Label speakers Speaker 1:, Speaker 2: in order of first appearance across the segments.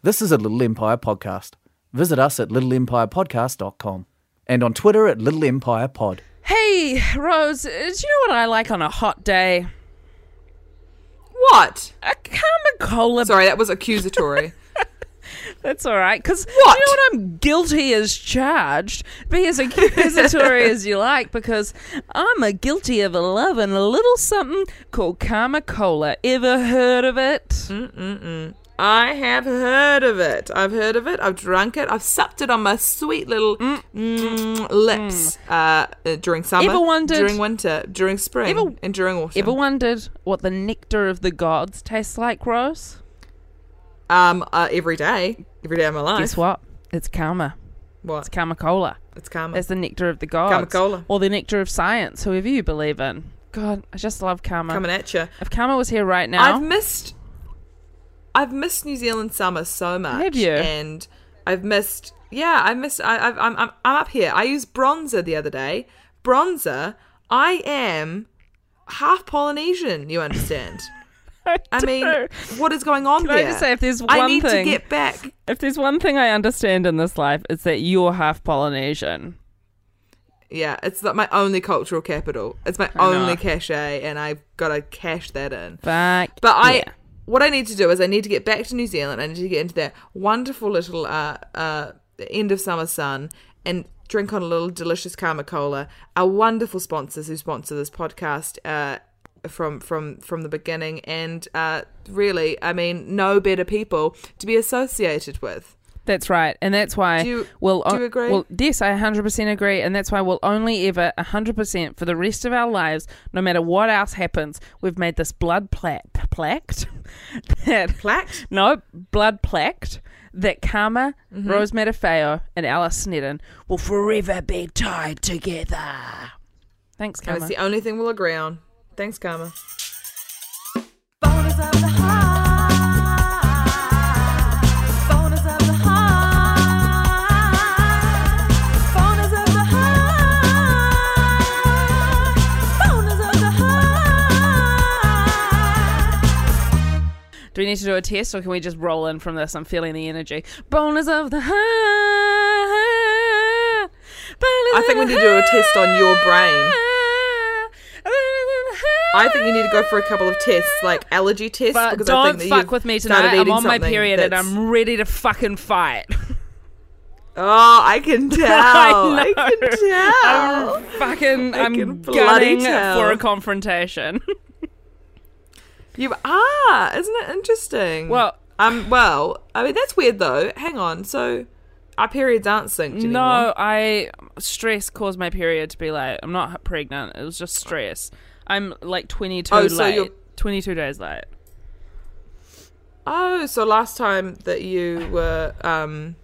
Speaker 1: This is a Little Empire podcast. Visit us at littleempirepodcast.com and on Twitter at Little Empire Pod.
Speaker 2: Hey, Rose, uh, do you know what I like on a hot day?
Speaker 3: What?
Speaker 2: A Coca-Cola.
Speaker 3: Sorry, that was accusatory.
Speaker 2: That's all right. Because you know
Speaker 3: What?
Speaker 2: what? I'm guilty as charged. Be as accusatory as you like, because I'm a guilty of loving a little something called Karma Cola. Ever heard of it?
Speaker 3: Mm-hmm. I have heard of it. I've heard of it. I've drunk it. I've supped it on my sweet little mm, lips uh, uh, during summer,
Speaker 2: Ever wondered-
Speaker 3: during winter, during spring,
Speaker 2: Ever-
Speaker 3: and during autumn.
Speaker 2: Ever wondered what the nectar of the gods tastes like, Rose?
Speaker 3: um, uh, every day, every day of my life.
Speaker 2: Guess what? It's karma.
Speaker 3: What?
Speaker 2: It's Karma Cola.
Speaker 3: It's karma.
Speaker 2: That's the nectar of the gods.
Speaker 3: Cola.
Speaker 2: Or the nectar of science, whoever you believe in. God, I just love karma.
Speaker 3: coming at you.
Speaker 2: If karma was here right now,
Speaker 3: I've missed. I've missed New Zealand summer so much.
Speaker 2: Have you?
Speaker 3: And I've missed. Yeah, I missed. I, I've, I'm, I'm I'm up here. I used bronzer the other day. Bronzer. I am half Polynesian. You understand? I mean,
Speaker 2: do.
Speaker 3: what is going on
Speaker 2: Can I
Speaker 3: there?
Speaker 2: just say if there's
Speaker 3: I
Speaker 2: one
Speaker 3: need
Speaker 2: thing-
Speaker 3: to get back.
Speaker 2: if there's one thing I understand in this life, it's that you're half Polynesian.
Speaker 3: Yeah, it's like my only cultural capital. It's my
Speaker 2: I know.
Speaker 3: only cachet, and I've got to cash that in.
Speaker 2: Fuck.
Speaker 3: But I,
Speaker 2: yeah.
Speaker 3: what I need to do is I need to get back to New Zealand. I need to get into that wonderful little uh, uh, end of summer sun and drink on a little delicious Karma Cola. Our wonderful sponsors who sponsor this podcast uh, from from from the beginning, and uh, really, I mean, no better people to be associated with.
Speaker 2: That's right. And that's why
Speaker 3: Do you-
Speaker 2: we'll
Speaker 3: do you agree?
Speaker 2: Well, yes, I 100% agree. And that's why we'll only ever 100% for the rest of our lives, no matter what else happens, we've made this blood pla- plact. that,
Speaker 3: Plact?
Speaker 2: No, blood plact that Karma,
Speaker 3: Mm-hmm.
Speaker 2: Rose Matafeo, and Alice Sneddon will forever be tied together. Thanks,
Speaker 3: And
Speaker 2: Karma.
Speaker 3: it's the only thing we'll agree on. Thanks, Karma.
Speaker 4: Bonus of the high. Bonus of the high. Bonus of the high. Bonus of the high.
Speaker 2: Do we need to do a test or can we just roll in from this? I'm feeling the energy. Bonus of the high.
Speaker 3: I think we need to do a test on your brain. I think you need to go for a couple of tests, like allergy tests.
Speaker 2: But
Speaker 3: because I
Speaker 2: don't
Speaker 3: think that
Speaker 2: fuck
Speaker 3: you've
Speaker 2: with me
Speaker 3: started
Speaker 2: tonight. I'm
Speaker 3: eating
Speaker 2: on my
Speaker 3: something
Speaker 2: period and
Speaker 3: that's-
Speaker 2: I'm ready to fucking fight.
Speaker 3: Oh, I can tell.
Speaker 2: I
Speaker 3: I,
Speaker 2: know. Um,
Speaker 3: can tell.
Speaker 2: I'm fucking,
Speaker 3: can
Speaker 2: I'm
Speaker 3: bloody
Speaker 2: gunning
Speaker 3: tell.
Speaker 2: for a confrontation.
Speaker 3: You are. Isn't it interesting?
Speaker 2: Well-
Speaker 3: um, well, I mean that's weird though. Hang on. So, our periods aren't synced anymore.
Speaker 2: No, I stress caused my period to be late. I'm not pregnant. It was just stress. I'm like 22
Speaker 3: Oh,
Speaker 2: late.
Speaker 3: so you're-
Speaker 2: 22 days late.
Speaker 3: Oh, so last time that you were, um,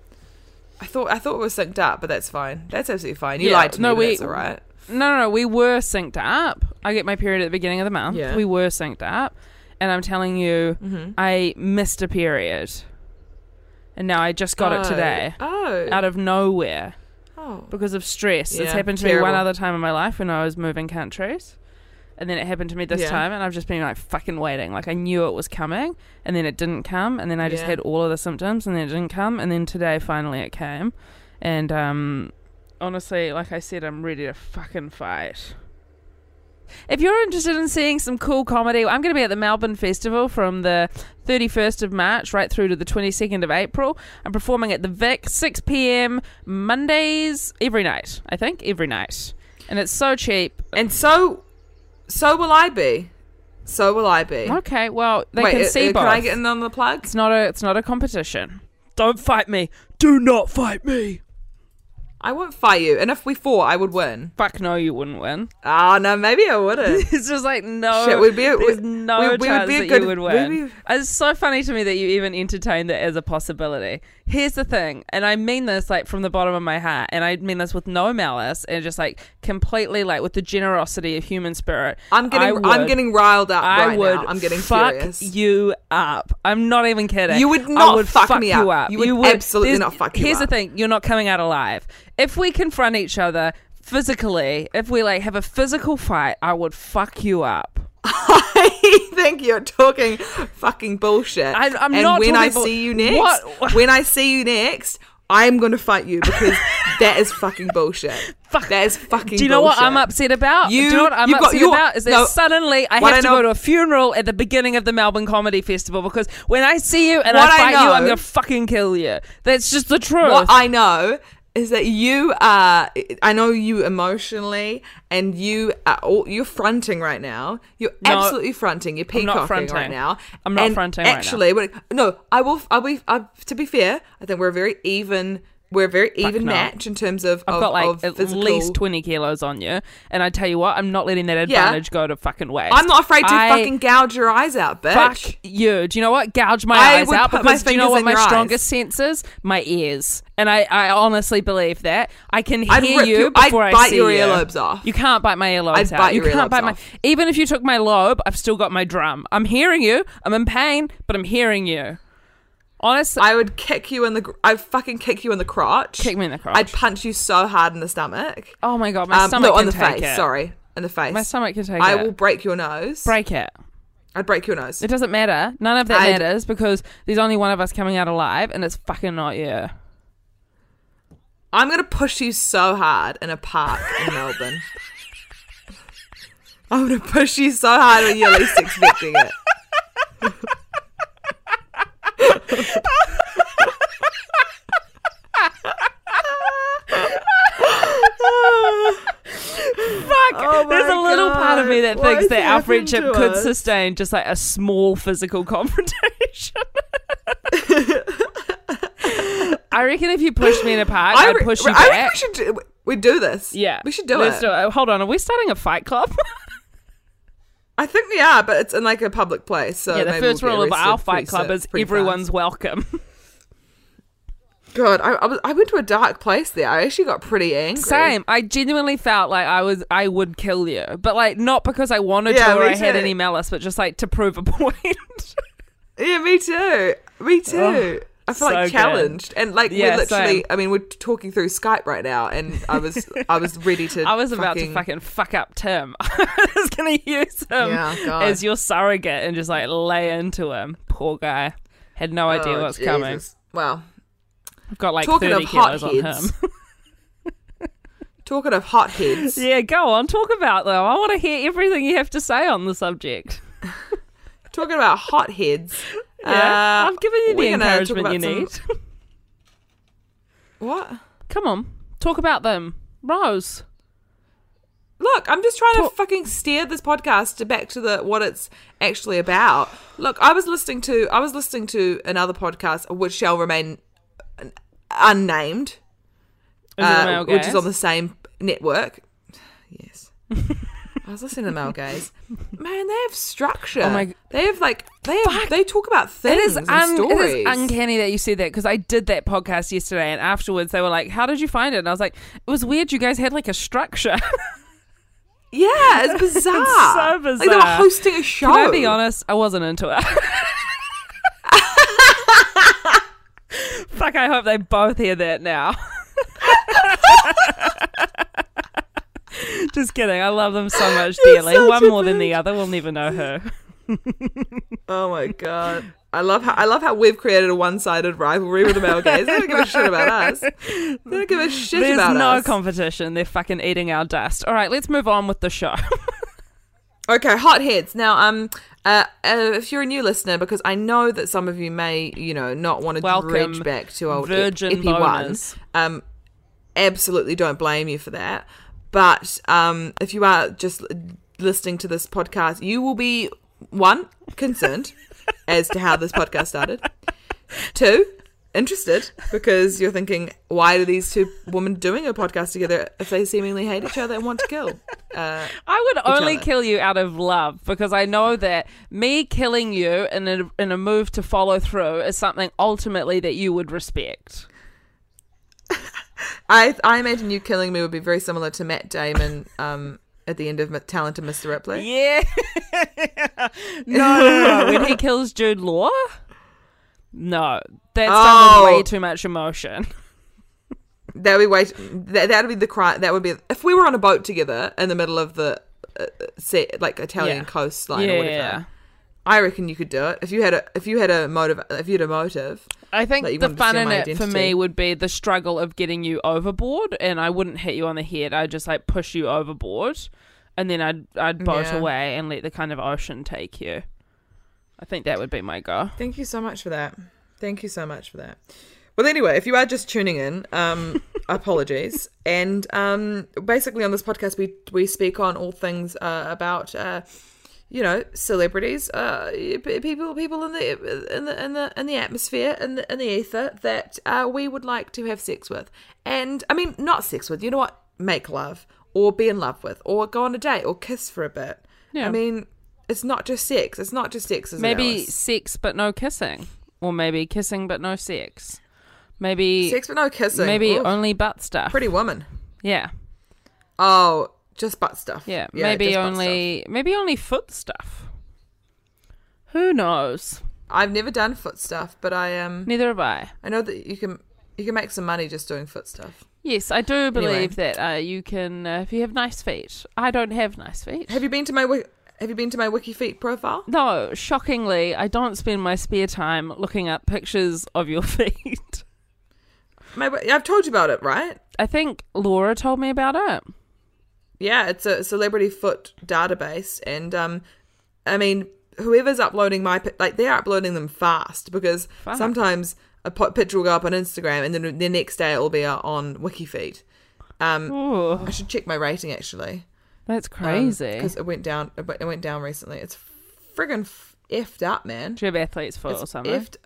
Speaker 3: I thought I thought we were synced up, but that's fine. That's absolutely fine. You
Speaker 2: Yeah,
Speaker 3: lied to
Speaker 2: no,
Speaker 3: me. but
Speaker 2: we-
Speaker 3: that's all right.
Speaker 2: No, no, no. We were synced up. I get my period at the beginning of the month.
Speaker 3: Yeah. Mm-hmm.
Speaker 2: We were synced up. And I'm telling you, I missed a period. And now I just got it
Speaker 3: Oh.
Speaker 2: today.
Speaker 3: Oh.
Speaker 2: Out of nowhere.
Speaker 3: Oh.
Speaker 2: Because of stress. it's
Speaker 3: Yeah,
Speaker 2: happened to me one
Speaker 3: terrible.
Speaker 2: other time in my life when I was moving countries. And then it happened to me this
Speaker 3: Yeah.
Speaker 2: time. And I've just been like fucking waiting. Like I knew it was coming. And then it didn't come. And then I just
Speaker 3: Yeah.
Speaker 2: had all of the symptoms. And then it didn't come. And then today finally it came. And um, honestly, like I said, I'm ready to fucking fight. If you're interested in seeing some cool comedy, I'm going to be at the Melbourne Festival from the 31st of March right through to the 22nd of April. I'm performing at the Vic, 6 p.m. Mondays every night. I think every night, and it's so cheap.
Speaker 3: And so, so will I be. So will I be.
Speaker 2: Okay, well they
Speaker 3: Wait,
Speaker 2: can
Speaker 3: uh,
Speaker 2: see
Speaker 3: uh,
Speaker 2: both.
Speaker 3: can I get in on the plug?
Speaker 2: it's not a it's not a competition. Don't fight me. Do not fight me.
Speaker 3: I won't fight you. And if we fought, I would win.
Speaker 2: Fuck no, you wouldn't win.
Speaker 3: Ah, no, maybe I wouldn't.
Speaker 2: It's just like no.
Speaker 3: Shit, we'd be a-
Speaker 2: there's
Speaker 3: we-
Speaker 2: no
Speaker 3: we- we would
Speaker 2: chance
Speaker 3: be a
Speaker 2: that
Speaker 3: good-
Speaker 2: you would
Speaker 3: we'd
Speaker 2: win.
Speaker 3: be-
Speaker 2: It's so funny to me that you even entertained it as a possibility. Here's the thing, and I mean this like from the bottom of my heart, and I mean this with no malice and just like completely like with the generosity of human spirit.
Speaker 3: I'm
Speaker 2: I
Speaker 3: getting I'm
Speaker 2: would-
Speaker 3: getting riled up
Speaker 2: I
Speaker 3: Uh, right
Speaker 2: would.
Speaker 3: now. I'm getting
Speaker 2: fuck
Speaker 3: furious.
Speaker 2: you up. I'm not even kidding.
Speaker 3: You would
Speaker 2: I
Speaker 3: not fuck me up.
Speaker 2: you
Speaker 3: You would absolutely
Speaker 2: there's-
Speaker 3: not fuck you
Speaker 2: Here's the
Speaker 3: up.
Speaker 2: thing: you're not coming out alive. If we confront each other physically, if we like have a physical fight, I would fuck you up.
Speaker 3: I think you're talking fucking bullshit.
Speaker 2: I- I'm
Speaker 3: and
Speaker 2: not
Speaker 3: when
Speaker 2: talking
Speaker 3: I
Speaker 2: bull-
Speaker 3: see you next,
Speaker 2: What-
Speaker 3: when I see you next, I'm going to fight you because that is fucking bullshit.
Speaker 2: Fuck.
Speaker 3: That is fucking.
Speaker 2: Do you know what
Speaker 3: bullshit.
Speaker 2: I'm upset about?
Speaker 3: You-
Speaker 2: Do you know what I'm
Speaker 3: you've got
Speaker 2: upset
Speaker 3: your-
Speaker 2: about? Is that
Speaker 3: no.
Speaker 2: suddenly I
Speaker 3: What
Speaker 2: have
Speaker 3: I
Speaker 2: to
Speaker 3: know-
Speaker 2: go to a funeral at the beginning of the Melbourne Comedy Festival because when I see you and
Speaker 3: What
Speaker 2: I
Speaker 3: I
Speaker 2: fight you, I'm
Speaker 3: know-
Speaker 2: gonna fucking kill you. That's just the truth.
Speaker 3: What I know is that you are. I know you emotionally, and you are. All, you're fronting right now. You're
Speaker 2: No,
Speaker 3: absolutely fronting. You're
Speaker 2: I'm not
Speaker 3: peacocking right
Speaker 2: fronting.
Speaker 3: now.
Speaker 2: I'm not
Speaker 3: And
Speaker 2: fronting right now.
Speaker 3: Actually, right now. no. I will. I'll be. I, to be fair, I think we're a very even. We're a very even
Speaker 2: no.
Speaker 3: match in terms of.
Speaker 2: I've
Speaker 3: of,
Speaker 2: got like
Speaker 3: of
Speaker 2: at
Speaker 3: physical-
Speaker 2: least 20 kilos on you. And I tell you what, I'm not letting that
Speaker 3: Yeah.
Speaker 2: advantage go to fucking waste.
Speaker 3: I'm not afraid to
Speaker 2: I-
Speaker 3: fucking gouge your eyes out, bitch.
Speaker 2: Fuck you. Do you know what? Gouge my
Speaker 3: I
Speaker 2: eyes
Speaker 3: would
Speaker 2: out
Speaker 3: put
Speaker 2: because
Speaker 3: my
Speaker 2: do you know
Speaker 3: fingers
Speaker 2: what
Speaker 3: in
Speaker 2: my
Speaker 3: your eyes.
Speaker 2: strongest sense is? My ears. And I, I honestly believe that. I can hear
Speaker 3: I'd rip
Speaker 2: you
Speaker 3: your- I'd
Speaker 2: before I
Speaker 3: bite
Speaker 2: see
Speaker 3: your
Speaker 2: you.
Speaker 3: earlobes off.
Speaker 2: You can't bite my earlobes
Speaker 3: I'd
Speaker 2: out.
Speaker 3: bite
Speaker 2: you
Speaker 3: your
Speaker 2: can't
Speaker 3: earlobes
Speaker 2: bite my
Speaker 3: off.
Speaker 2: even if you took my lobe, I've still got my drum. I'm hearing you. I'm in pain, but I'm hearing you. Honestly,
Speaker 3: I would kick you in the. gr- I'd fucking kick you in the crotch.
Speaker 2: Kick me in the crotch.
Speaker 3: I'd punch you so hard in the stomach.
Speaker 2: oh my god, my
Speaker 3: um,
Speaker 2: stomach
Speaker 3: no, on
Speaker 2: can
Speaker 3: the
Speaker 2: take
Speaker 3: face.
Speaker 2: it.
Speaker 3: Sorry, in the face.
Speaker 2: My stomach can take
Speaker 3: I
Speaker 2: it.
Speaker 3: will break your nose.
Speaker 2: break it.
Speaker 3: I'd break your nose.
Speaker 2: It doesn't matter. None of that
Speaker 3: I-
Speaker 2: matters because there's only one of us coming out alive, and it's fucking not you.
Speaker 3: Oh I'm gonna push you so hard in a park in Melbourne. I'm gonna push you so hard when you're least expecting it.
Speaker 2: Fuck! There's a
Speaker 3: Oh my
Speaker 2: little part of me
Speaker 3: God.
Speaker 2: that
Speaker 3: What
Speaker 2: thinks
Speaker 3: has
Speaker 2: that our
Speaker 3: happened
Speaker 2: friendship
Speaker 3: to
Speaker 2: could
Speaker 3: us?
Speaker 2: sustain just like a small physical confrontation. I reckon if you pushed me in a park, I would
Speaker 3: re-
Speaker 2: push you
Speaker 3: I
Speaker 2: back.
Speaker 3: think we should do, we do this.
Speaker 2: yeah,
Speaker 3: we should do
Speaker 2: Let's
Speaker 3: it.
Speaker 2: do it. Hold on, are we starting a fight club?
Speaker 3: I think we are, but it's in like a public place. So
Speaker 2: yeah, the
Speaker 3: Uh, maybe
Speaker 2: first
Speaker 3: we'll get
Speaker 2: rule of our
Speaker 3: arrested
Speaker 2: fight
Speaker 3: pretty
Speaker 2: club
Speaker 3: soon-
Speaker 2: is
Speaker 3: pretty
Speaker 2: everyone's
Speaker 3: fast.
Speaker 2: welcome.
Speaker 3: God, I, I, was, I went to a dark place there. I actually got pretty angry.
Speaker 2: Same. I genuinely felt like I was I would kill you, but like not because I wanted
Speaker 3: Yeah,
Speaker 2: to or
Speaker 3: me
Speaker 2: I had
Speaker 3: too.
Speaker 2: any malice, but just like to prove a point.
Speaker 3: Yeah, me too. Me too. I feel
Speaker 2: so
Speaker 3: like
Speaker 2: good.
Speaker 3: challenged, and like
Speaker 2: Yeah,
Speaker 3: we're literally.
Speaker 2: same.
Speaker 3: I mean, we're talking through Skype right now, and I was I was ready to.
Speaker 2: I was about to fucking fuck up Tim. I was going to use him
Speaker 3: Yeah, God.
Speaker 2: as your surrogate and just like lay into him. Poor guy. Had no idea
Speaker 3: Oh,
Speaker 2: what's coming.
Speaker 3: Jesus. Well,
Speaker 2: I've got like
Speaker 3: talking of
Speaker 2: 30 kilos on him.
Speaker 3: hotheads. talking of hotheads.
Speaker 2: yeah, go on. Talk about them. I want to hear everything you have to say on the subject.
Speaker 3: Talking about hotheads.
Speaker 2: Yeah.
Speaker 3: uh,
Speaker 2: I've given you the
Speaker 3: we're gonna talk
Speaker 2: encouragement you
Speaker 3: about some-
Speaker 2: need.
Speaker 3: What?
Speaker 2: Come on. Talk about them. Rose.
Speaker 3: Look, I'm just trying
Speaker 2: Talk-
Speaker 3: to fucking steer this podcast to back to the what it's actually about. Look, I was listening to I was listening to another podcast which shall remain un- unnamed. uh,
Speaker 2: Is it a male
Speaker 3: which is
Speaker 2: gaze?
Speaker 3: on the same network. Yes. I was listening to Male Gaze. Man, they have structure.
Speaker 2: Oh my-
Speaker 3: They have like they have,
Speaker 2: Fuck.
Speaker 3: they talk about
Speaker 2: It
Speaker 3: things
Speaker 2: is,
Speaker 3: and
Speaker 2: un- it
Speaker 3: stories.
Speaker 2: is uncanny that you said that because I did that podcast yesterday and afterwards they were like, How did you find it? And I was like, It was weird. You guys had like a structure.
Speaker 3: yeah, it's bizarre.
Speaker 2: so
Speaker 3: Like they were
Speaker 2: bizarre.
Speaker 3: hosting a show.
Speaker 2: Can I be honest? I wasn't into it. Fuck, I hope they both hear that now. Just kidding. I love them so much dearly.
Speaker 3: such
Speaker 2: One
Speaker 3: a
Speaker 2: more than the other. We'll never know her.
Speaker 3: Oh my god. I love how I love how we've created a one-sided rivalry with the male gaze. They don't give a shit about us. They don't give a shit
Speaker 2: There's
Speaker 3: about
Speaker 2: no
Speaker 3: us.
Speaker 2: competition. They're fucking eating our dust. All right, let's move on with the show.
Speaker 3: okay, hotheads. Now, um, uh, uh, if you're a new listener, because I know that some of you may, you know, not want to
Speaker 2: Welcome,
Speaker 3: dredge back to old
Speaker 2: virgin
Speaker 3: Epi One.
Speaker 2: boners.
Speaker 3: Um, absolutely don't blame you for that. But um, if you are just listening to this podcast, you will be one concerned as to how this podcast started. Two, interested because you're thinking, why are these two women doing a podcast together if they seemingly hate each other and want to kill? Uh,
Speaker 2: I would
Speaker 3: each
Speaker 2: only
Speaker 3: other.
Speaker 2: kill you out of love because I know that me killing you in a, in a move to follow through is something ultimately that you would respect.
Speaker 3: I I imagine you killing me would be very similar to Matt Damon um, at the end of M- Talented Mr. Ripley.
Speaker 2: Yeah. no, when he kills Jude Law, no, that's done with
Speaker 3: Oh.
Speaker 2: way too much emotion.
Speaker 3: That would be way. That that would be the crime. That would be if we were on a boat together in the middle of the uh, sea, like Italian
Speaker 2: Yeah.
Speaker 3: coastline
Speaker 2: yeah,
Speaker 3: or whatever.
Speaker 2: yeah.
Speaker 3: I reckon you could do it if you had a if you had a motive if you had a motive.
Speaker 2: I think
Speaker 3: Like, you
Speaker 2: the
Speaker 3: wanted to
Speaker 2: fun
Speaker 3: steal
Speaker 2: in
Speaker 3: my
Speaker 2: it for
Speaker 3: identity.
Speaker 2: me would be the struggle of getting you overboard, and I wouldn't hit you on the head. I'd just like push you overboard, and then I'd I'd boat
Speaker 3: Yeah.
Speaker 2: away and let the kind of ocean take you. I think that would be my goal.
Speaker 3: Thank you so much for that. Thank you so much for that. Well, anyway, if you are just tuning in, um, apologies. And um, basically, on this podcast, we we speak on all things uh, about. Uh, you know, celebrities, uh, p- people, people in the in the in the in the atmosphere in the, in the ether that uh, we would like to have sex with, and I mean, not sex with. You know what? Make love, or be in love with, or go on a date, or kiss for a bit.
Speaker 2: Yeah.
Speaker 3: I mean, it's not just sex. It's not just sex. Isn't it,
Speaker 2: Maybe
Speaker 3: Alice?
Speaker 2: sex but no kissing, or maybe kissing but no sex. Maybe
Speaker 3: Sex but no kissing.
Speaker 2: maybe
Speaker 3: Ooh,
Speaker 2: only butt stuff.
Speaker 3: Pretty Woman.
Speaker 2: yeah,
Speaker 3: Oh, just butt stuff.
Speaker 2: yeah. maybe
Speaker 3: just butt stuff.
Speaker 2: only maybe only foot stuff. Who knows?
Speaker 3: I've never done foot stuff, but I Um,
Speaker 2: Neither have I.
Speaker 3: I know that you can you can make some money just doing foot stuff.
Speaker 2: Yes, I do believe that uh, you can uh, if you have nice feet. I don't have nice feet.
Speaker 3: Have you been to my wi- Have you been to my Wiki Feet profile?
Speaker 2: no, shockingly, I don't spend my spare time looking up pictures of your feet.
Speaker 3: My, wi- I've told you about it, right?
Speaker 2: I think Laura told me about it.
Speaker 3: Yeah, it's a celebrity foot database, and um, I mean, whoever's uploading my pi- like they're uploading them fast because
Speaker 2: Fuck.
Speaker 3: sometimes a po- picture will go up on Instagram, and then the next day it will be uh, on Wiki Feet. Um,
Speaker 2: Ooh,
Speaker 3: I should check my rating actually.
Speaker 2: that's
Speaker 3: Um,
Speaker 2: crazy.
Speaker 3: because it went down. It went- it went down recently. It's friggin' f- effed up, man.
Speaker 2: do you have athlete's foot
Speaker 3: It's
Speaker 2: or something?
Speaker 3: effed-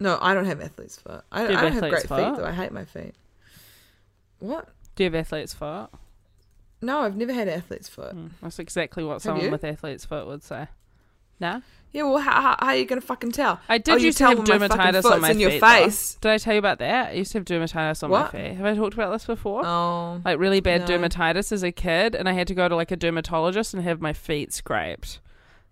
Speaker 3: No, I don't have athlete's foot. I,
Speaker 2: Do you have
Speaker 3: I don't have great
Speaker 2: athlete's
Speaker 3: feet
Speaker 2: foot?
Speaker 3: though. I hate my feet. What?
Speaker 2: do you have athlete's foot?
Speaker 3: No, I've never had athlete's foot.
Speaker 2: Mm, That's exactly what someone
Speaker 3: you?
Speaker 2: with athlete's foot would say. No,
Speaker 3: Yeah, well, how, how, how are you gonna fucking tell?
Speaker 2: I did
Speaker 3: oh, you
Speaker 2: used to
Speaker 3: tell
Speaker 2: have
Speaker 3: when my fucking
Speaker 2: dermatitis
Speaker 3: foot's
Speaker 2: on my
Speaker 3: in your
Speaker 2: feet, though.
Speaker 3: face.
Speaker 2: Did I tell you about that? I used to have dermatitis on
Speaker 3: What?
Speaker 2: my feet. Have I talked about this before?
Speaker 3: Oh,
Speaker 2: like really bad
Speaker 3: No.
Speaker 2: dermatitis as a kid, and I had to go to like a dermatologist and have my feet scraped.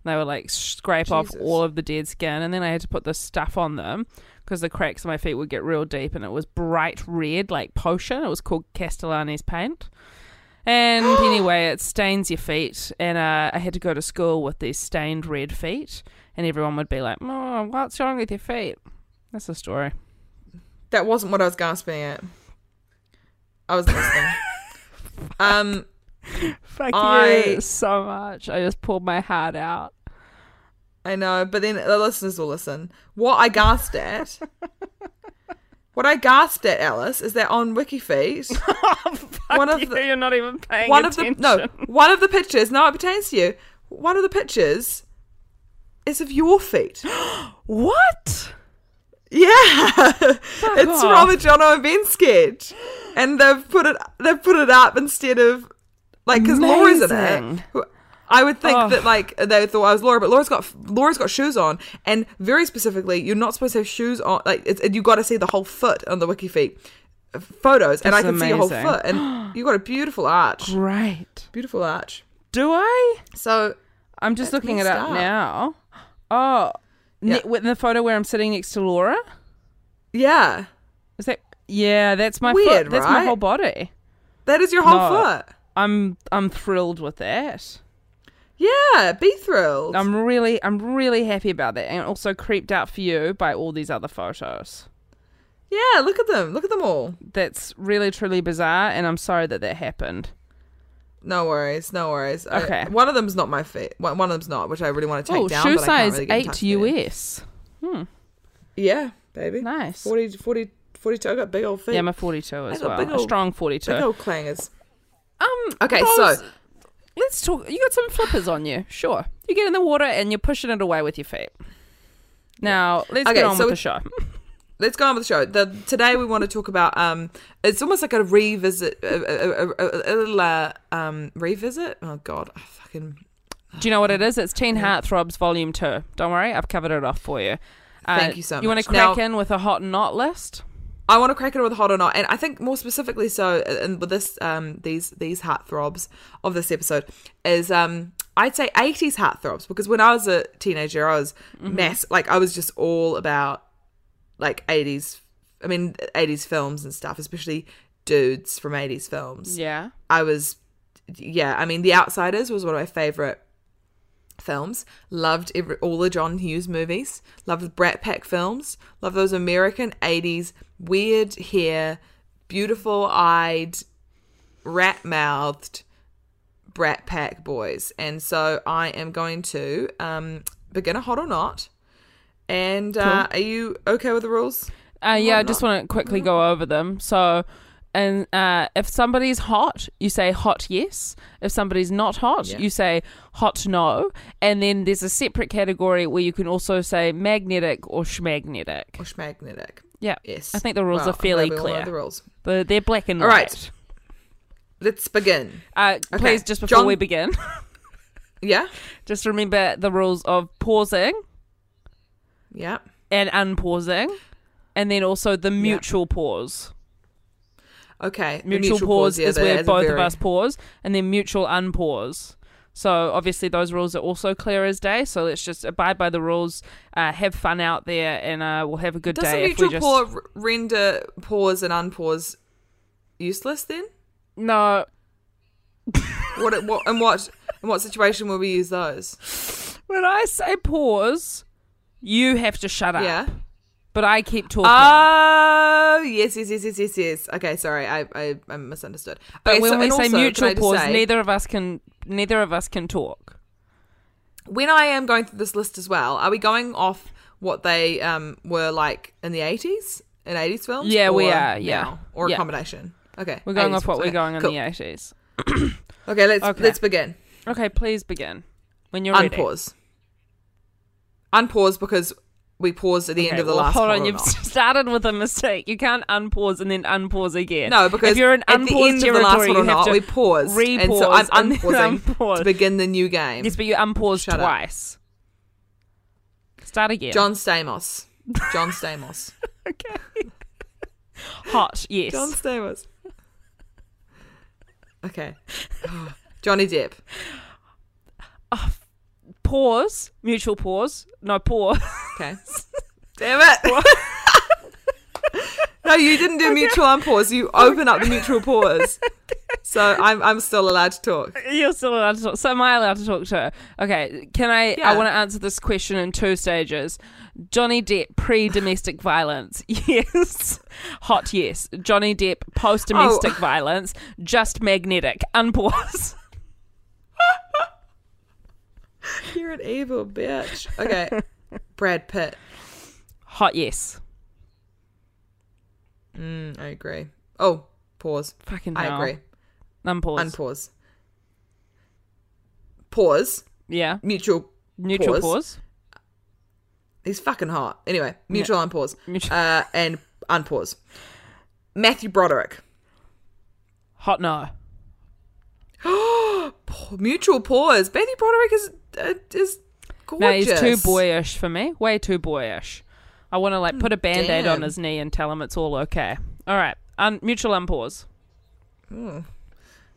Speaker 2: And they would like scrape off
Speaker 3: Jesus.
Speaker 2: all of the dead skin, and then I had to put this stuff on them because the cracks in my feet would get real deep, and it was bright red like potion. It was called Castellani's paint. And anyway, it stains your feet, and uh, I had to go to school with these stained red feet, and everyone would be like, "Oh, what's wrong with your feet?" That's the story.
Speaker 3: that wasn't what I was gasping at. I was listening. um,
Speaker 2: Fuck
Speaker 3: I-
Speaker 2: you so much. I just pulled my heart out.
Speaker 3: I know, but then the listeners will listen. What I gasped at, what I gasped at, Alice, is that on WikiFeet, one of the
Speaker 2: you're not even paying
Speaker 3: one of the no, one of the pictures. No, it pertains to you. One of the pictures is of your feet.
Speaker 2: what?
Speaker 3: Yeah, it's
Speaker 2: off.
Speaker 3: from a Jono and Ben sketch, and they've put it they've put it up instead of like because Laura's in
Speaker 2: Amazing.
Speaker 3: it. who- I would think
Speaker 2: Oh.
Speaker 3: that like they thought I was Laura, but Laura's got Laura's got shoes on, and very specifically, you're not supposed to have shoes on. Like it's, you got to see the whole foot on the wiki feet photos, and I
Speaker 2: That's
Speaker 3: can see your whole
Speaker 2: amazing.
Speaker 3: foot, and you got a beautiful arch,
Speaker 2: Right.
Speaker 3: beautiful arch.
Speaker 2: Do I?
Speaker 3: So
Speaker 2: I'm just
Speaker 3: That's
Speaker 2: looking it
Speaker 3: messed
Speaker 2: up
Speaker 3: up.
Speaker 2: now. Oh,
Speaker 3: Yeah.
Speaker 2: ne- with the photo where I'm sitting next to Laura.
Speaker 3: yeah,
Speaker 2: Is that? Yeah, that's my
Speaker 3: Weird,
Speaker 2: foot. That's my
Speaker 3: right?
Speaker 2: whole body.
Speaker 3: that is your whole
Speaker 2: No.
Speaker 3: foot.
Speaker 2: I'm I'm thrilled with that.
Speaker 3: Yeah, be thrilled.
Speaker 2: I'm really I'm really happy about that, and also creeped out for you by all these other photos.
Speaker 3: yeah, look at them, look at them all.
Speaker 2: That's really truly bizarre, and I'm sorry that that happened.
Speaker 3: No worries, no worries. I-
Speaker 2: Okay.
Speaker 3: one of them's not my feet. One one of them's not, which I really want to take
Speaker 2: oh,
Speaker 3: down.
Speaker 2: shoe
Speaker 3: but I can't
Speaker 2: size
Speaker 3: really get in touch
Speaker 2: eight
Speaker 3: with them.
Speaker 2: US. Hmm,
Speaker 3: Yeah, baby.
Speaker 2: nice.
Speaker 3: 40, 40, 42. I got big old feet.
Speaker 2: Yeah, I'm a 42 as
Speaker 3: got
Speaker 2: well.
Speaker 3: big
Speaker 2: A
Speaker 3: old-
Speaker 2: strong 42.
Speaker 3: big old clangers.
Speaker 2: Um.
Speaker 3: Okay,
Speaker 2: those-
Speaker 3: so-
Speaker 2: let's talk. You got some flippers on you, sure. You get in the water and you're pushing it away with your feet. Now let's
Speaker 3: Okay,
Speaker 2: get on
Speaker 3: so
Speaker 2: with the
Speaker 3: it's-
Speaker 2: show.
Speaker 3: let's go on with the show. The, today we want to talk about um, it's almost like a revisit, a, a, a, a, a little uh, um, revisit. Oh God, I fucking
Speaker 2: Do you know what it is? It's Teen
Speaker 3: Mm-hmm.
Speaker 2: Heartthrobs Volume 2. Don't worry, I've covered it off for you. Uh,
Speaker 3: Thank you so
Speaker 2: You want
Speaker 3: much.
Speaker 2: to crack
Speaker 3: Now-
Speaker 2: in with a hot and not list?
Speaker 3: I want to crack it with hot or not, and I think more specifically so, and with this, um, these these heartthrobs of this episode is, um, I'd say eighties heartthrobs because when I was a teenager, I was mass like I was just all about like eighties, I mean eighties films and stuff, especially dudes from eighties films.
Speaker 2: Yeah.
Speaker 3: I was, yeah, I mean, The Outsiders was one of my favorite films. Loved every, all the John Hughes movies. Loved the Brat Pack films. Loved those American 80s weird hair, beautiful eyed, rat mouthed Brat Pack boys. And so I am going to um, begin a hot or not. And uh, are you okay with the rules?
Speaker 2: Uh, yeah, I
Speaker 3: not? Mm-hmm.
Speaker 2: just want to quickly go over them. So, and uh, if somebody's hot, you say hot yes. If somebody's not hot, you say hot no. And then there's a separate category where you can also say magnetic or schmagnetic.
Speaker 3: Or magnetic?
Speaker 2: Yeah.
Speaker 3: Yes.
Speaker 2: I think the rules
Speaker 3: Well,
Speaker 2: are fairly
Speaker 3: I'm glad we all know
Speaker 2: clear.
Speaker 3: The rules.
Speaker 2: They're, they're black and
Speaker 3: All right.
Speaker 2: white.
Speaker 3: Let's begin.
Speaker 2: Uh,
Speaker 3: Okay.
Speaker 2: Please, just before
Speaker 3: John-
Speaker 2: we begin,
Speaker 3: Yeah?
Speaker 2: just remember the rules of pausing
Speaker 3: Yeah.
Speaker 2: and unpausing, and then also the mutual pause.
Speaker 3: Okay. the
Speaker 2: Mutual, pause,
Speaker 3: yeah,
Speaker 2: is
Speaker 3: that
Speaker 2: where
Speaker 3: a
Speaker 2: both of
Speaker 3: very-
Speaker 2: us pause, and then mutual unpause. So obviously those rules are also clear as day. So let's just abide by the rules, uh, have fun out there, and uh, we'll have a good
Speaker 3: Doesn't
Speaker 2: day.
Speaker 3: mutual
Speaker 2: if we just
Speaker 3: pause render pause and unpause useless then?
Speaker 2: no,
Speaker 3: What, what and what in what situation will we use those?
Speaker 2: when I say pause, you have to shut up.
Speaker 3: Yeah. Ah,
Speaker 2: But I keep talking.
Speaker 3: Oh yes, yes, yes, yes, yes, yes. Okay, sorry, I I, I misunderstood.
Speaker 2: but
Speaker 3: okay,
Speaker 2: when
Speaker 3: so-
Speaker 2: we
Speaker 3: and
Speaker 2: say
Speaker 3: also, can I
Speaker 2: mutual
Speaker 3: just
Speaker 2: pause,
Speaker 3: say-
Speaker 2: neither of us can neither of us can talk.
Speaker 3: when I am going through this list as well, are we going off what they um were like in the eighties in eighties films?
Speaker 2: Yeah, we
Speaker 3: Or
Speaker 2: are, yeah.
Speaker 3: now? or
Speaker 2: Yeah.
Speaker 3: a combination. Okay,
Speaker 2: We're going
Speaker 3: 80s
Speaker 2: off what
Speaker 3: films,
Speaker 2: we're
Speaker 3: okay,
Speaker 2: going in
Speaker 3: cool.
Speaker 2: the eighties.
Speaker 3: Okay, let's
Speaker 2: Okay.
Speaker 3: let's begin.
Speaker 2: Okay, please begin when you're ready.
Speaker 3: Unpause. Unpause because we paused at the end
Speaker 2: Okay,
Speaker 3: of the
Speaker 2: well,
Speaker 3: last
Speaker 2: Hold
Speaker 3: hot
Speaker 2: on,
Speaker 3: or
Speaker 2: you've
Speaker 3: not.
Speaker 2: started with a mistake. You can't unpause and then unpause again.
Speaker 3: No, because
Speaker 2: if you're in
Speaker 3: at
Speaker 2: unpause
Speaker 3: the end of the
Speaker 2: territory,
Speaker 3: last one
Speaker 2: you
Speaker 3: or
Speaker 2: have
Speaker 3: not,
Speaker 2: to
Speaker 3: we pause.
Speaker 2: Repause.
Speaker 3: and so I'm
Speaker 2: and then
Speaker 3: unpausing
Speaker 2: unpause.
Speaker 3: to begin the new game.
Speaker 2: Yes, but you unpause
Speaker 3: Shut up.
Speaker 2: twice. Start again.
Speaker 3: John Stamos. John Stamos.
Speaker 2: Okay. Hot. Yes.
Speaker 3: John Stamos. Okay. Oh, Johnny Depp.
Speaker 2: Pause. Mutual pause. No pause.
Speaker 3: Okay. Damn it. no, you didn't do mutual unpause. You open up the mutual pause. So I'm I'm still allowed to talk.
Speaker 2: You're still allowed to talk. So am I allowed to talk to her? Okay. Can I? I
Speaker 3: Yeah.
Speaker 2: want to answer this question in two stages. Johnny Depp pre domestic violence. Yes. Hot yes. Johnny Depp post domestic
Speaker 3: Oh.
Speaker 2: violence. Just magnetic. Unpause.
Speaker 3: You're an evil bitch. Okay. Brad Pitt.
Speaker 2: Hot yes.
Speaker 3: Mm, I agree. Oh, pause.
Speaker 2: Fucking
Speaker 3: I
Speaker 2: hell.
Speaker 3: agree.
Speaker 2: Unpause.
Speaker 3: Unpause. Pause.
Speaker 2: yeah.
Speaker 3: Mutual.
Speaker 2: Neutral
Speaker 3: Pause.
Speaker 2: pause.
Speaker 3: He's fucking hot. Anyway, mutual unpause.
Speaker 2: Mutual-
Speaker 3: Uh, and unpause. Matthew Broderick.
Speaker 2: Hot no.
Speaker 3: Oh, Mutual pause. Matthew Broderick is uh, is gorgeous.
Speaker 2: No, he's too boyish for me. Way too boyish. I want to like put a band aid on
Speaker 3: Mm, damn.
Speaker 2: his knee and tell him it's all okay. All right. Un- mutual unpause.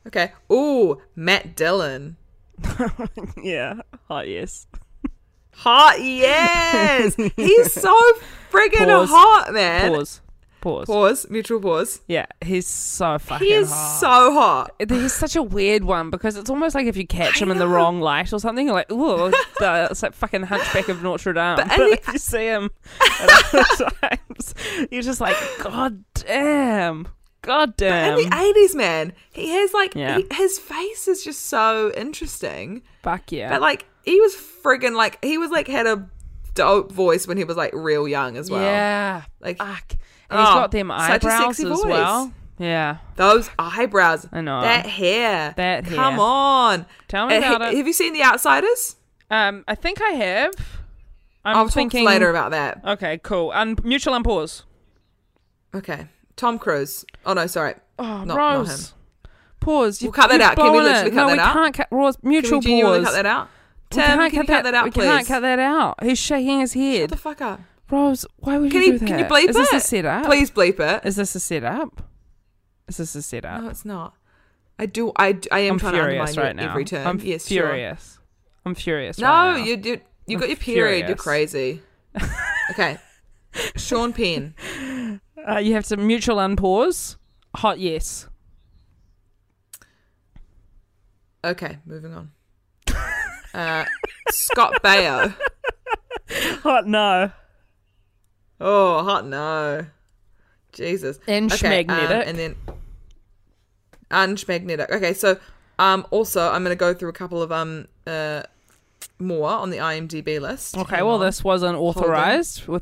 Speaker 3: Okay. Ooh, Matt Dillon.
Speaker 2: yeah. Hot yes.
Speaker 3: Hot. Yes. he's so friggin'
Speaker 2: Pause.
Speaker 3: hot, man.
Speaker 2: Pause. Pause.
Speaker 3: Pause. Mutual pause.
Speaker 2: Yeah, he's so fucking
Speaker 3: He is
Speaker 2: hot.
Speaker 3: so hot.
Speaker 2: He's such a weird one because it's almost like if you catch him in the wrong light or something, you're like, ooh, the- it's like fucking Hunchback of Notre Dame. But,
Speaker 3: and he-
Speaker 2: if you see him at other times, you're just like, god damn, god
Speaker 3: in
Speaker 2: damn,
Speaker 3: the eighties, man, he has like
Speaker 2: Yeah.
Speaker 3: he, his face is just so interesting.
Speaker 2: fuck yeah.
Speaker 3: But like he was friggin' like he was like had a dope voice when he was like real young as well.
Speaker 2: Yeah.
Speaker 3: Like-
Speaker 2: fuck. And he's
Speaker 3: Oh,
Speaker 2: got them
Speaker 3: such a
Speaker 2: eyebrows
Speaker 3: sexy
Speaker 2: as
Speaker 3: voice.
Speaker 2: well. Yeah.
Speaker 3: Those eyebrows,
Speaker 2: I know.
Speaker 3: that hair,
Speaker 2: That hair.
Speaker 3: Come on,
Speaker 2: Tell me
Speaker 3: Uh,
Speaker 2: about
Speaker 3: ha-
Speaker 2: it.
Speaker 3: Have you seen The Outsiders?
Speaker 2: Um, I think I have. I'm
Speaker 3: i will
Speaker 2: thinking
Speaker 3: talk later about that.
Speaker 2: Okay, cool. Un- mutual unpause.
Speaker 3: Okay. Tom Cruise. Oh no, sorry.
Speaker 2: Oh,
Speaker 3: Not- not
Speaker 2: Rose. Pause.
Speaker 3: We'll cut that
Speaker 2: you've
Speaker 3: out. Can we
Speaker 2: blown it.
Speaker 3: literally cut
Speaker 2: no,
Speaker 3: that
Speaker 2: we
Speaker 3: out?
Speaker 2: can't cut Rose.
Speaker 3: Can we
Speaker 2: Mutual
Speaker 3: genuinely
Speaker 2: pause.
Speaker 3: cut that out?
Speaker 2: We
Speaker 3: Tim,
Speaker 2: can't
Speaker 3: can you cut that out,
Speaker 2: We
Speaker 3: please?
Speaker 2: can't cut that out. He's shaking his
Speaker 3: Shut
Speaker 2: head.
Speaker 3: the fuck up.
Speaker 2: Rose, why would
Speaker 3: Can
Speaker 2: you
Speaker 3: you,
Speaker 2: do that?
Speaker 3: can you bleep
Speaker 2: Is
Speaker 3: it?
Speaker 2: this a setup?
Speaker 3: Please bleep it.
Speaker 2: Is this a setup? Is this a setup?
Speaker 3: No, it's not. I do. I, d- I am
Speaker 2: I'm
Speaker 3: trying
Speaker 2: furious
Speaker 3: to undermine
Speaker 2: right
Speaker 3: you
Speaker 2: now.
Speaker 3: at every turn.
Speaker 2: I'm
Speaker 3: yes, sure.
Speaker 2: furious. I'm furious.
Speaker 3: No,
Speaker 2: right now.
Speaker 3: you you you
Speaker 2: I'm
Speaker 3: got your period. You're
Speaker 2: furious.
Speaker 3: crazy. okay. Sean Penn.
Speaker 2: Uh, you have to mutual unpause. Hot yes.
Speaker 3: Okay, moving on. Uh, Scott Baio.
Speaker 2: Hot no.
Speaker 3: Oh, hot no. Jesus.
Speaker 2: And
Speaker 3: Um,
Speaker 2: schmagnetic.
Speaker 3: and then Unch magnetic. Okay, so um also I'm gonna go through a couple of um uh more on the IMDB list.
Speaker 2: Okay,
Speaker 3: Hang
Speaker 2: well,
Speaker 3: on.
Speaker 2: this was unauthorized with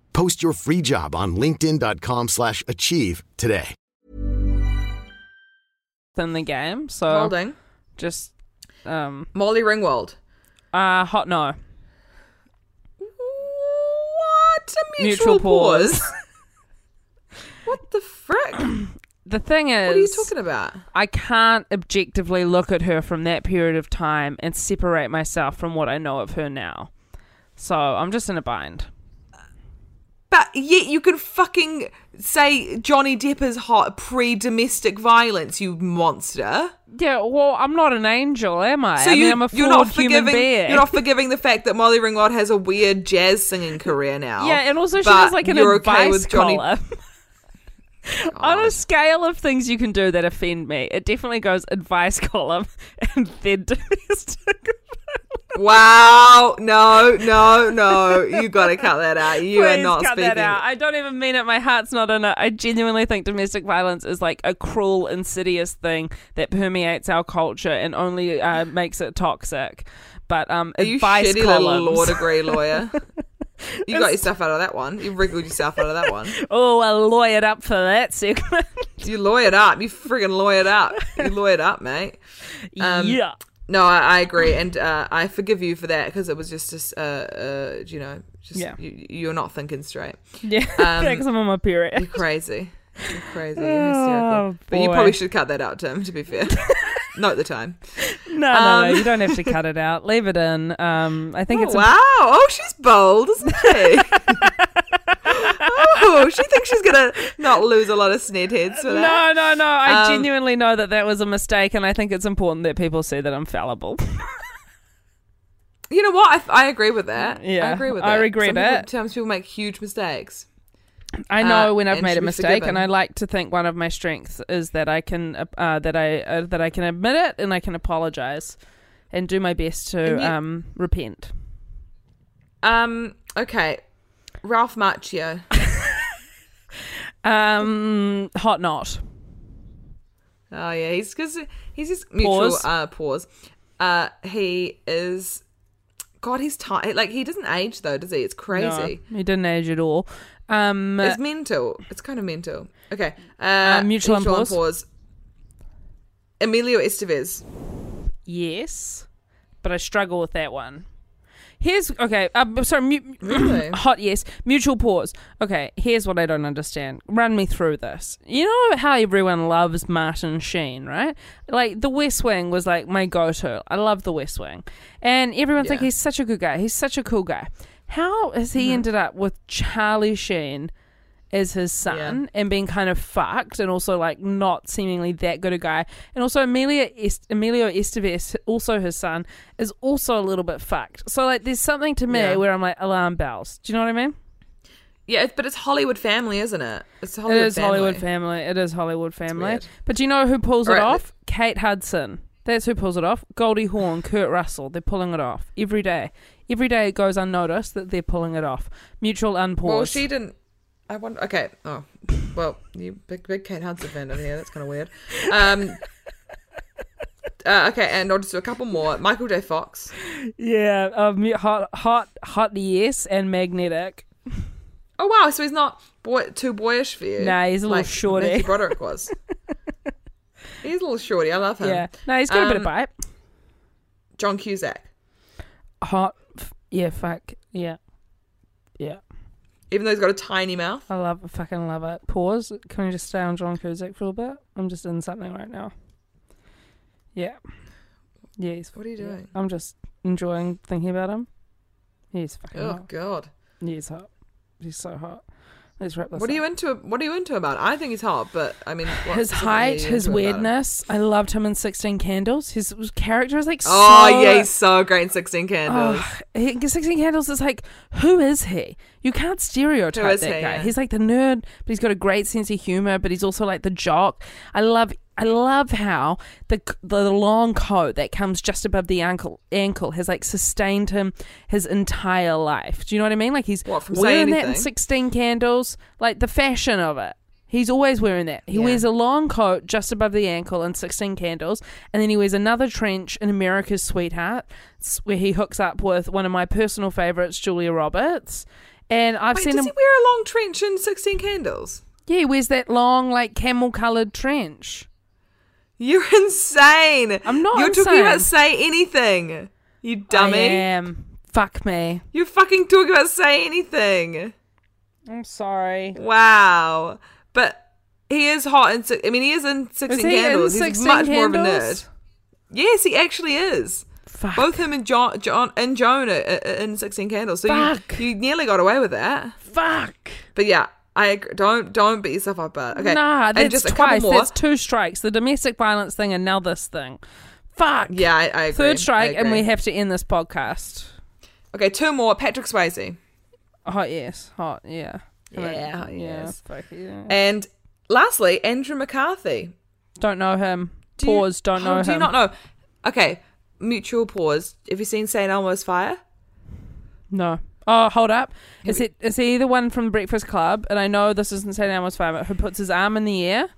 Speaker 5: Post your free job on linkedin.com/achieve slash achieve today.
Speaker 2: in the game, so
Speaker 3: Holding.
Speaker 2: just um
Speaker 3: Molly Ringwald.
Speaker 2: uh hot no.
Speaker 3: What a
Speaker 2: Mutual
Speaker 3: mutual,
Speaker 2: pause.
Speaker 3: pause. what the frick? what
Speaker 2: The thing is,
Speaker 3: are you talking about?
Speaker 2: I can't objectively look at her from that period of time and separate myself from what I know of her now. So I'm just in a bind.
Speaker 3: But yet you could fucking say Johnny Depp is hot pre domestic violence, you monster.
Speaker 2: Yeah, well, I'm not an angel, am I?
Speaker 3: So
Speaker 2: I
Speaker 3: you,
Speaker 2: mean, I'm a
Speaker 3: you're
Speaker 2: flawed
Speaker 3: not
Speaker 2: human
Speaker 3: forgiving.
Speaker 2: being.
Speaker 3: You're not forgiving the fact that Molly Ringwald has a weird jazz singing career now.
Speaker 2: Yeah, and also she
Speaker 3: but
Speaker 2: has like an
Speaker 3: you're
Speaker 2: advice
Speaker 3: okay with Johnny.
Speaker 2: column. On a scale of things you can do that offend me, it definitely goes advice column and then domestic.
Speaker 3: Wow, no, no, no! You gotta cut that out. You
Speaker 2: Please
Speaker 3: are not
Speaker 2: cut
Speaker 3: speaking.
Speaker 2: that out. I don't even mean it. My heart's not in it. I genuinely think domestic violence is like a cruel, insidious thing that permeates our culture and only uh, makes it toxic. But um,
Speaker 3: Are you
Speaker 2: advice
Speaker 3: shitty
Speaker 2: columns.
Speaker 3: little law degree lawyer? You got yourself out of that one. You wriggled yourself out of that one.
Speaker 2: oh, I lawyered up for that segment.
Speaker 3: You lawyered up. You friggin' lawyered up. You lawyered up, mate. Um,
Speaker 2: yeah.
Speaker 3: No, I, I agree, and uh, I forgive you for that because it was just, just uh, uh, you know, just
Speaker 2: Yeah.
Speaker 3: you, you're not thinking straight.
Speaker 2: Yeah.
Speaker 3: um,
Speaker 2: Thanks, I'm on my period.
Speaker 3: You're crazy. You're crazy. You're hysterical.
Speaker 2: Oh,
Speaker 3: but you
Speaker 2: boy.
Speaker 3: probably should cut that out, Tim. To be fair, note the time.
Speaker 2: No, no, no. You don't have to cut it out. Leave it in. Um, I think
Speaker 3: um, Oh,
Speaker 2: it's
Speaker 3: wow! Oh, she's bold, isn't she? oh, she thinks she's gonna not lose a lot of sned heads for that.
Speaker 2: No, no, no. I
Speaker 3: Um,
Speaker 2: genuinely know that that was a mistake, and I think it's important that people see that I'm fallible.
Speaker 3: You know what? I, I agree with that.
Speaker 2: Yeah,
Speaker 3: I agree with that.
Speaker 2: I regret
Speaker 3: Some people-
Speaker 2: it.
Speaker 3: Sometimes people make huge mistakes.
Speaker 2: I know
Speaker 3: Uh,
Speaker 2: when I've
Speaker 3: and
Speaker 2: made
Speaker 3: should
Speaker 2: a
Speaker 3: be
Speaker 2: mistake,
Speaker 3: forgiven.
Speaker 2: and I like to think one of my strengths is that I can uh, uh, that I uh, that I can admit it and I can apologize and do my best to
Speaker 3: And you-
Speaker 2: um, repent.
Speaker 3: Um. Okay. Ralph Macchio.
Speaker 2: Um, hot not.
Speaker 3: Oh yeah, he's because he's just mutual
Speaker 2: Pause.
Speaker 3: uh pause. Uh he is God, he's tight like he doesn't age though, does he? It's crazy.
Speaker 2: No, he didn't age at all. Um,
Speaker 3: It's mental. It's kind of mental. Okay. Uh,
Speaker 2: Uh, mutual and pause.
Speaker 3: Emilio Estevez.
Speaker 2: yes, but I struggle with that one. Here's okay. Um, sorry, mu-
Speaker 3: Really?
Speaker 2: hot yes. Mutual pause. Okay, here's what I don't understand. Run me through this. You know how everyone loves Martin Sheen, right? Like The West Wing was like my go-to. I love The West Wing, and everyone's like,
Speaker 3: Yeah. Mm-hmm.
Speaker 2: he's such a good guy. He's such a cool guy. How has he ended up with Charlie Sheen? as his son and being kind of fucked and also like not seemingly that good a guy and also Amelia Est- Emilio Estevez also his son is also a little bit fucked so like there's something to me
Speaker 3: Yeah.
Speaker 2: where I'm like alarm bells do you know what I mean
Speaker 3: Yeah, it- but it's Hollywood family, isn't it? It's
Speaker 2: it
Speaker 3: Hollywood
Speaker 2: is
Speaker 3: family.
Speaker 2: Hollywood family it is Hollywood family
Speaker 3: weird.
Speaker 2: but do you know who pulls it
Speaker 3: Alright, let-
Speaker 2: off Kate Hudson that's who pulls it off Goldie Hawn Kurt Russell they're pulling it off every day every day it goes unnoticed that they're pulling it off mutual unpause
Speaker 3: Well, she didn't. I wonder. Okay. Oh, Well, you big big Kate Hudson fan over here. That's kind of weird. Um, uh, okay, and I'll just do a couple more. Michael J. Fox.
Speaker 2: Yeah, um, hot, hot, hot. Yes, and magnetic.
Speaker 3: Oh wow, so he's not boy- too boyish for you.
Speaker 2: Nah, he's a little
Speaker 3: like
Speaker 2: shorty.
Speaker 3: Matthew Broderick was. he's a little shorty. I love him.
Speaker 2: Yeah, no, he's got a bit of
Speaker 3: Um,
Speaker 2: bite.
Speaker 3: John Cusack.
Speaker 2: Hot. f- Yeah, fuck. Yeah, yeah.
Speaker 3: Even though he's got a tiny mouth.
Speaker 2: I love, I fucking love it. Pause. Can we just stay on John Cusack for a bit? I'm just in something right now. Yeah. Yeah, he's.
Speaker 3: What are you
Speaker 2: yeah.
Speaker 3: doing?
Speaker 2: I'm just enjoying thinking about him. He's fucking.
Speaker 3: Oh
Speaker 2: hot.
Speaker 3: God.
Speaker 2: Yeah, he's hot. He's so hot. Let's wrap this.
Speaker 3: What are
Speaker 2: up.
Speaker 3: you into? What are you into about? it? I think he's hot, but I mean, what
Speaker 2: his
Speaker 3: specifically are
Speaker 2: height,
Speaker 3: you
Speaker 2: his
Speaker 3: into about him?
Speaker 2: weirdness. I loved him in Sixteen Candles. His character is like
Speaker 3: Oh
Speaker 2: so.
Speaker 3: yeah, he's so great in Sixteen Candles.
Speaker 2: Ugh, he- Sixteen Candles is like, who is he? You can't stereotype
Speaker 3: Who is
Speaker 2: that
Speaker 3: he,
Speaker 2: guy.
Speaker 3: yeah.
Speaker 2: He's like the nerd, but he's got a great sense of humor. But he's also like the jock. I love, I love how the c- the long coat that comes just above the ankle ankle has like sustained him his entire life. Do you know what I mean? Like he's
Speaker 3: What, from Say
Speaker 2: wearing that in
Speaker 3: Anything?
Speaker 2: Sixteen Candles, like the fashion of it. He's always wearing that. He
Speaker 3: Yeah.
Speaker 2: wears a long coat just above the ankle and 16 candles, and then he wears another trench in America's Sweetheart, s- where he hooks up with one of my personal favorites, Julia Roberts. And I've
Speaker 3: Wait,
Speaker 2: seen
Speaker 3: does
Speaker 2: him.
Speaker 3: he wear a long trench in Sixteen Candles?
Speaker 2: yeah, he wears that long, like camel coloured trench.
Speaker 3: You're insane.
Speaker 2: I'm not
Speaker 3: You're talking about
Speaker 2: insane. Oh,
Speaker 3: say anything. You dummy.
Speaker 2: I am. Fuck me.
Speaker 3: You're fucking talking about say anything.
Speaker 2: I'm sorry.
Speaker 3: Wow. But he is hot in. si- I mean, he is in Sixteen
Speaker 2: Is he
Speaker 3: Candles.
Speaker 2: in
Speaker 3: He's
Speaker 2: 16
Speaker 3: much
Speaker 2: candles?
Speaker 3: more of a nerd. Yes, he actually is.
Speaker 2: Fuck.
Speaker 3: Both him and John, John and Joan are uh, uh, in Sixteen Candles. So
Speaker 2: Fuck.
Speaker 3: you, you nearly got away with that.
Speaker 2: Fuck.
Speaker 3: But yeah, I agree. don't don't beat yourself up about it. Okay,
Speaker 2: Nah,
Speaker 3: and
Speaker 2: that's
Speaker 3: just a couple
Speaker 2: twice.
Speaker 3: more.
Speaker 2: That's two strikes. The domestic violence thing and now this thing. Fuck.
Speaker 3: Yeah, I, I agree.
Speaker 2: Third strike,
Speaker 3: I
Speaker 2: and we
Speaker 3: agree.
Speaker 2: have to end this podcast.
Speaker 3: okay two more. Patrick Swayze
Speaker 2: Hot yes, hot yeah. Come on.
Speaker 3: Yeah, hot yes.
Speaker 2: fuck yeah.
Speaker 3: and lastly Andrew McCarthy.
Speaker 2: Don't know him.
Speaker 3: Do you-
Speaker 2: Pause. don't
Speaker 3: how
Speaker 2: know
Speaker 3: do
Speaker 2: him.
Speaker 3: you not know? Okay, mutual pause. Have you seen Saint Elmo's Fire?
Speaker 2: No. Oh, hold up. Is it is he the one from Breakfast Club? And I know this isn't St. Elmo's Fire, but who puts his arm in the air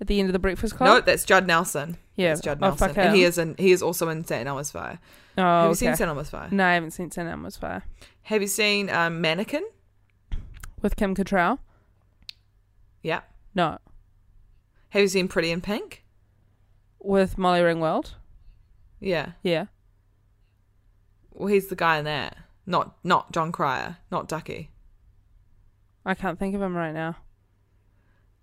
Speaker 2: at the end of the Breakfast
Speaker 3: No,
Speaker 2: Club?
Speaker 3: that's Judd Nelson.
Speaker 2: Yeah,
Speaker 3: That's Judd
Speaker 2: oh,
Speaker 3: Nelson,
Speaker 2: fuck
Speaker 3: and he
Speaker 2: him.
Speaker 3: is in. He is also in Saint Elmo's Fire.
Speaker 2: No.
Speaker 3: Have you seen Saint Elmo's Fire?
Speaker 2: Oh, No, I haven't seen St. Elmo's Fire
Speaker 3: Have you seen um, Mannequin?
Speaker 2: with Kim Cattrall.
Speaker 3: Yeah.
Speaker 2: No,
Speaker 3: Have you seen Pretty in Pink?
Speaker 2: with Molly Ringwald.
Speaker 3: Yeah.
Speaker 2: Yeah.
Speaker 3: Well, he's the guy in that. Not not John Cryer. Not Ducky.
Speaker 2: I can't think of him right now.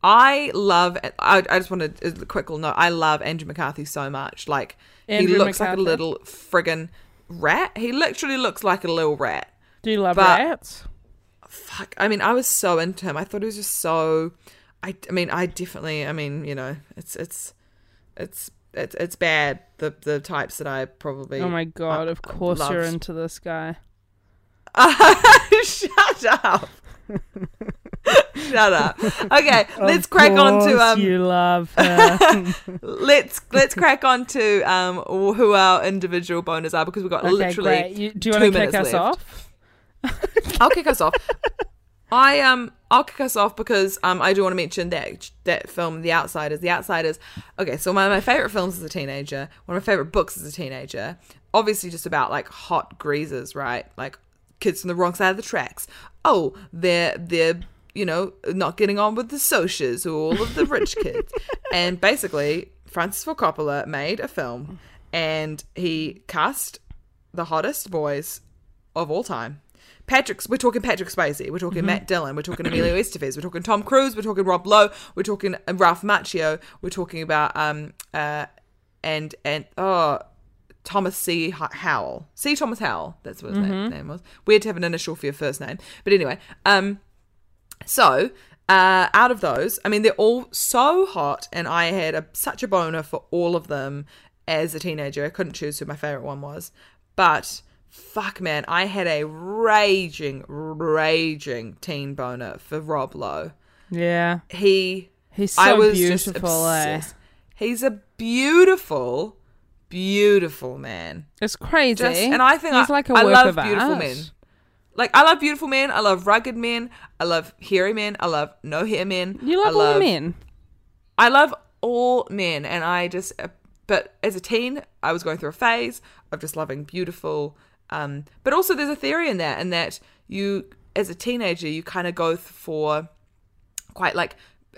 Speaker 3: I love. I, I just wanted a quick little note. I love Andrew McCarthy so much. Like
Speaker 2: Andrew
Speaker 3: he looks like a
Speaker 2: McCarthy?
Speaker 3: little friggin' rat. He literally looks like a little rat.
Speaker 2: Do you love
Speaker 3: But-
Speaker 2: rats?
Speaker 3: Fuck. I mean, I was so into him. I thought he was just so. I, I mean, I definitely. I mean, you know, it's it's it's it's it's bad. The the types that I probably.
Speaker 2: Oh my god!
Speaker 3: uh,
Speaker 2: of course you're
Speaker 3: loved.
Speaker 2: into this guy.
Speaker 3: Shut up. Shut up. Okay, let's crack on to um.
Speaker 2: you love her.
Speaker 3: let's let's crack on to um who our individual boners are because we've got literally.
Speaker 2: great. You, do you
Speaker 3: two
Speaker 2: want to kick us
Speaker 3: minutes left.
Speaker 2: off?
Speaker 3: I'll kick us off. I um I'll kick us off because um I do want to mention that that film The Outsiders. The Outsiders. Okay, so one of my favorite films as a teenager, one of my favorite books as a teenager, obviously just about like hot greasers, right? Like kids from the wrong side of the tracks. Oh, they're they're you know not getting on with the socias, all of the rich kids, and basically Francis Ford Coppola made a film, and he cast the hottest boys of all time. Patrick, we're talking Patrick Swayze, we're talking Matt Dillon, we're talking Emilio Estevez, we're talking Tom Cruise, we're talking Rob Lowe, we're talking Ralph Macchio, we're talking about um uh and and oh Thomas C. Ho- Howell, C. Thomas Howell, that's what his name, name was. Weird to have an initial for your first name, but anyway, um, so uh, out of those, I mean, they're all so hot, and I had a, such a boner for all of them as a teenager. I couldn't choose who my favorite one was, but fuck, man, I had a raging, raging teen boner for Rob Lowe.
Speaker 2: Yeah.
Speaker 3: He
Speaker 2: He's so
Speaker 3: I was
Speaker 2: beautiful,
Speaker 3: just
Speaker 2: eh?
Speaker 3: obsessed. He's a beautiful, beautiful man.
Speaker 2: It's crazy.
Speaker 3: Just, and I think
Speaker 2: he's
Speaker 3: I,
Speaker 2: like a
Speaker 3: I
Speaker 2: work
Speaker 3: love
Speaker 2: of
Speaker 3: beautiful
Speaker 2: art.
Speaker 3: men. Like I love beautiful men, I love rugged men, I love hairy men, I love no hair men.
Speaker 2: You love,
Speaker 3: I
Speaker 2: all men.
Speaker 3: I love all men, and I just. Uh, but as a teen, I was going through a phase of just loving beautiful. Um, but also, there's a theory in that, in that you, as a teenager, you kind of go th- for quite like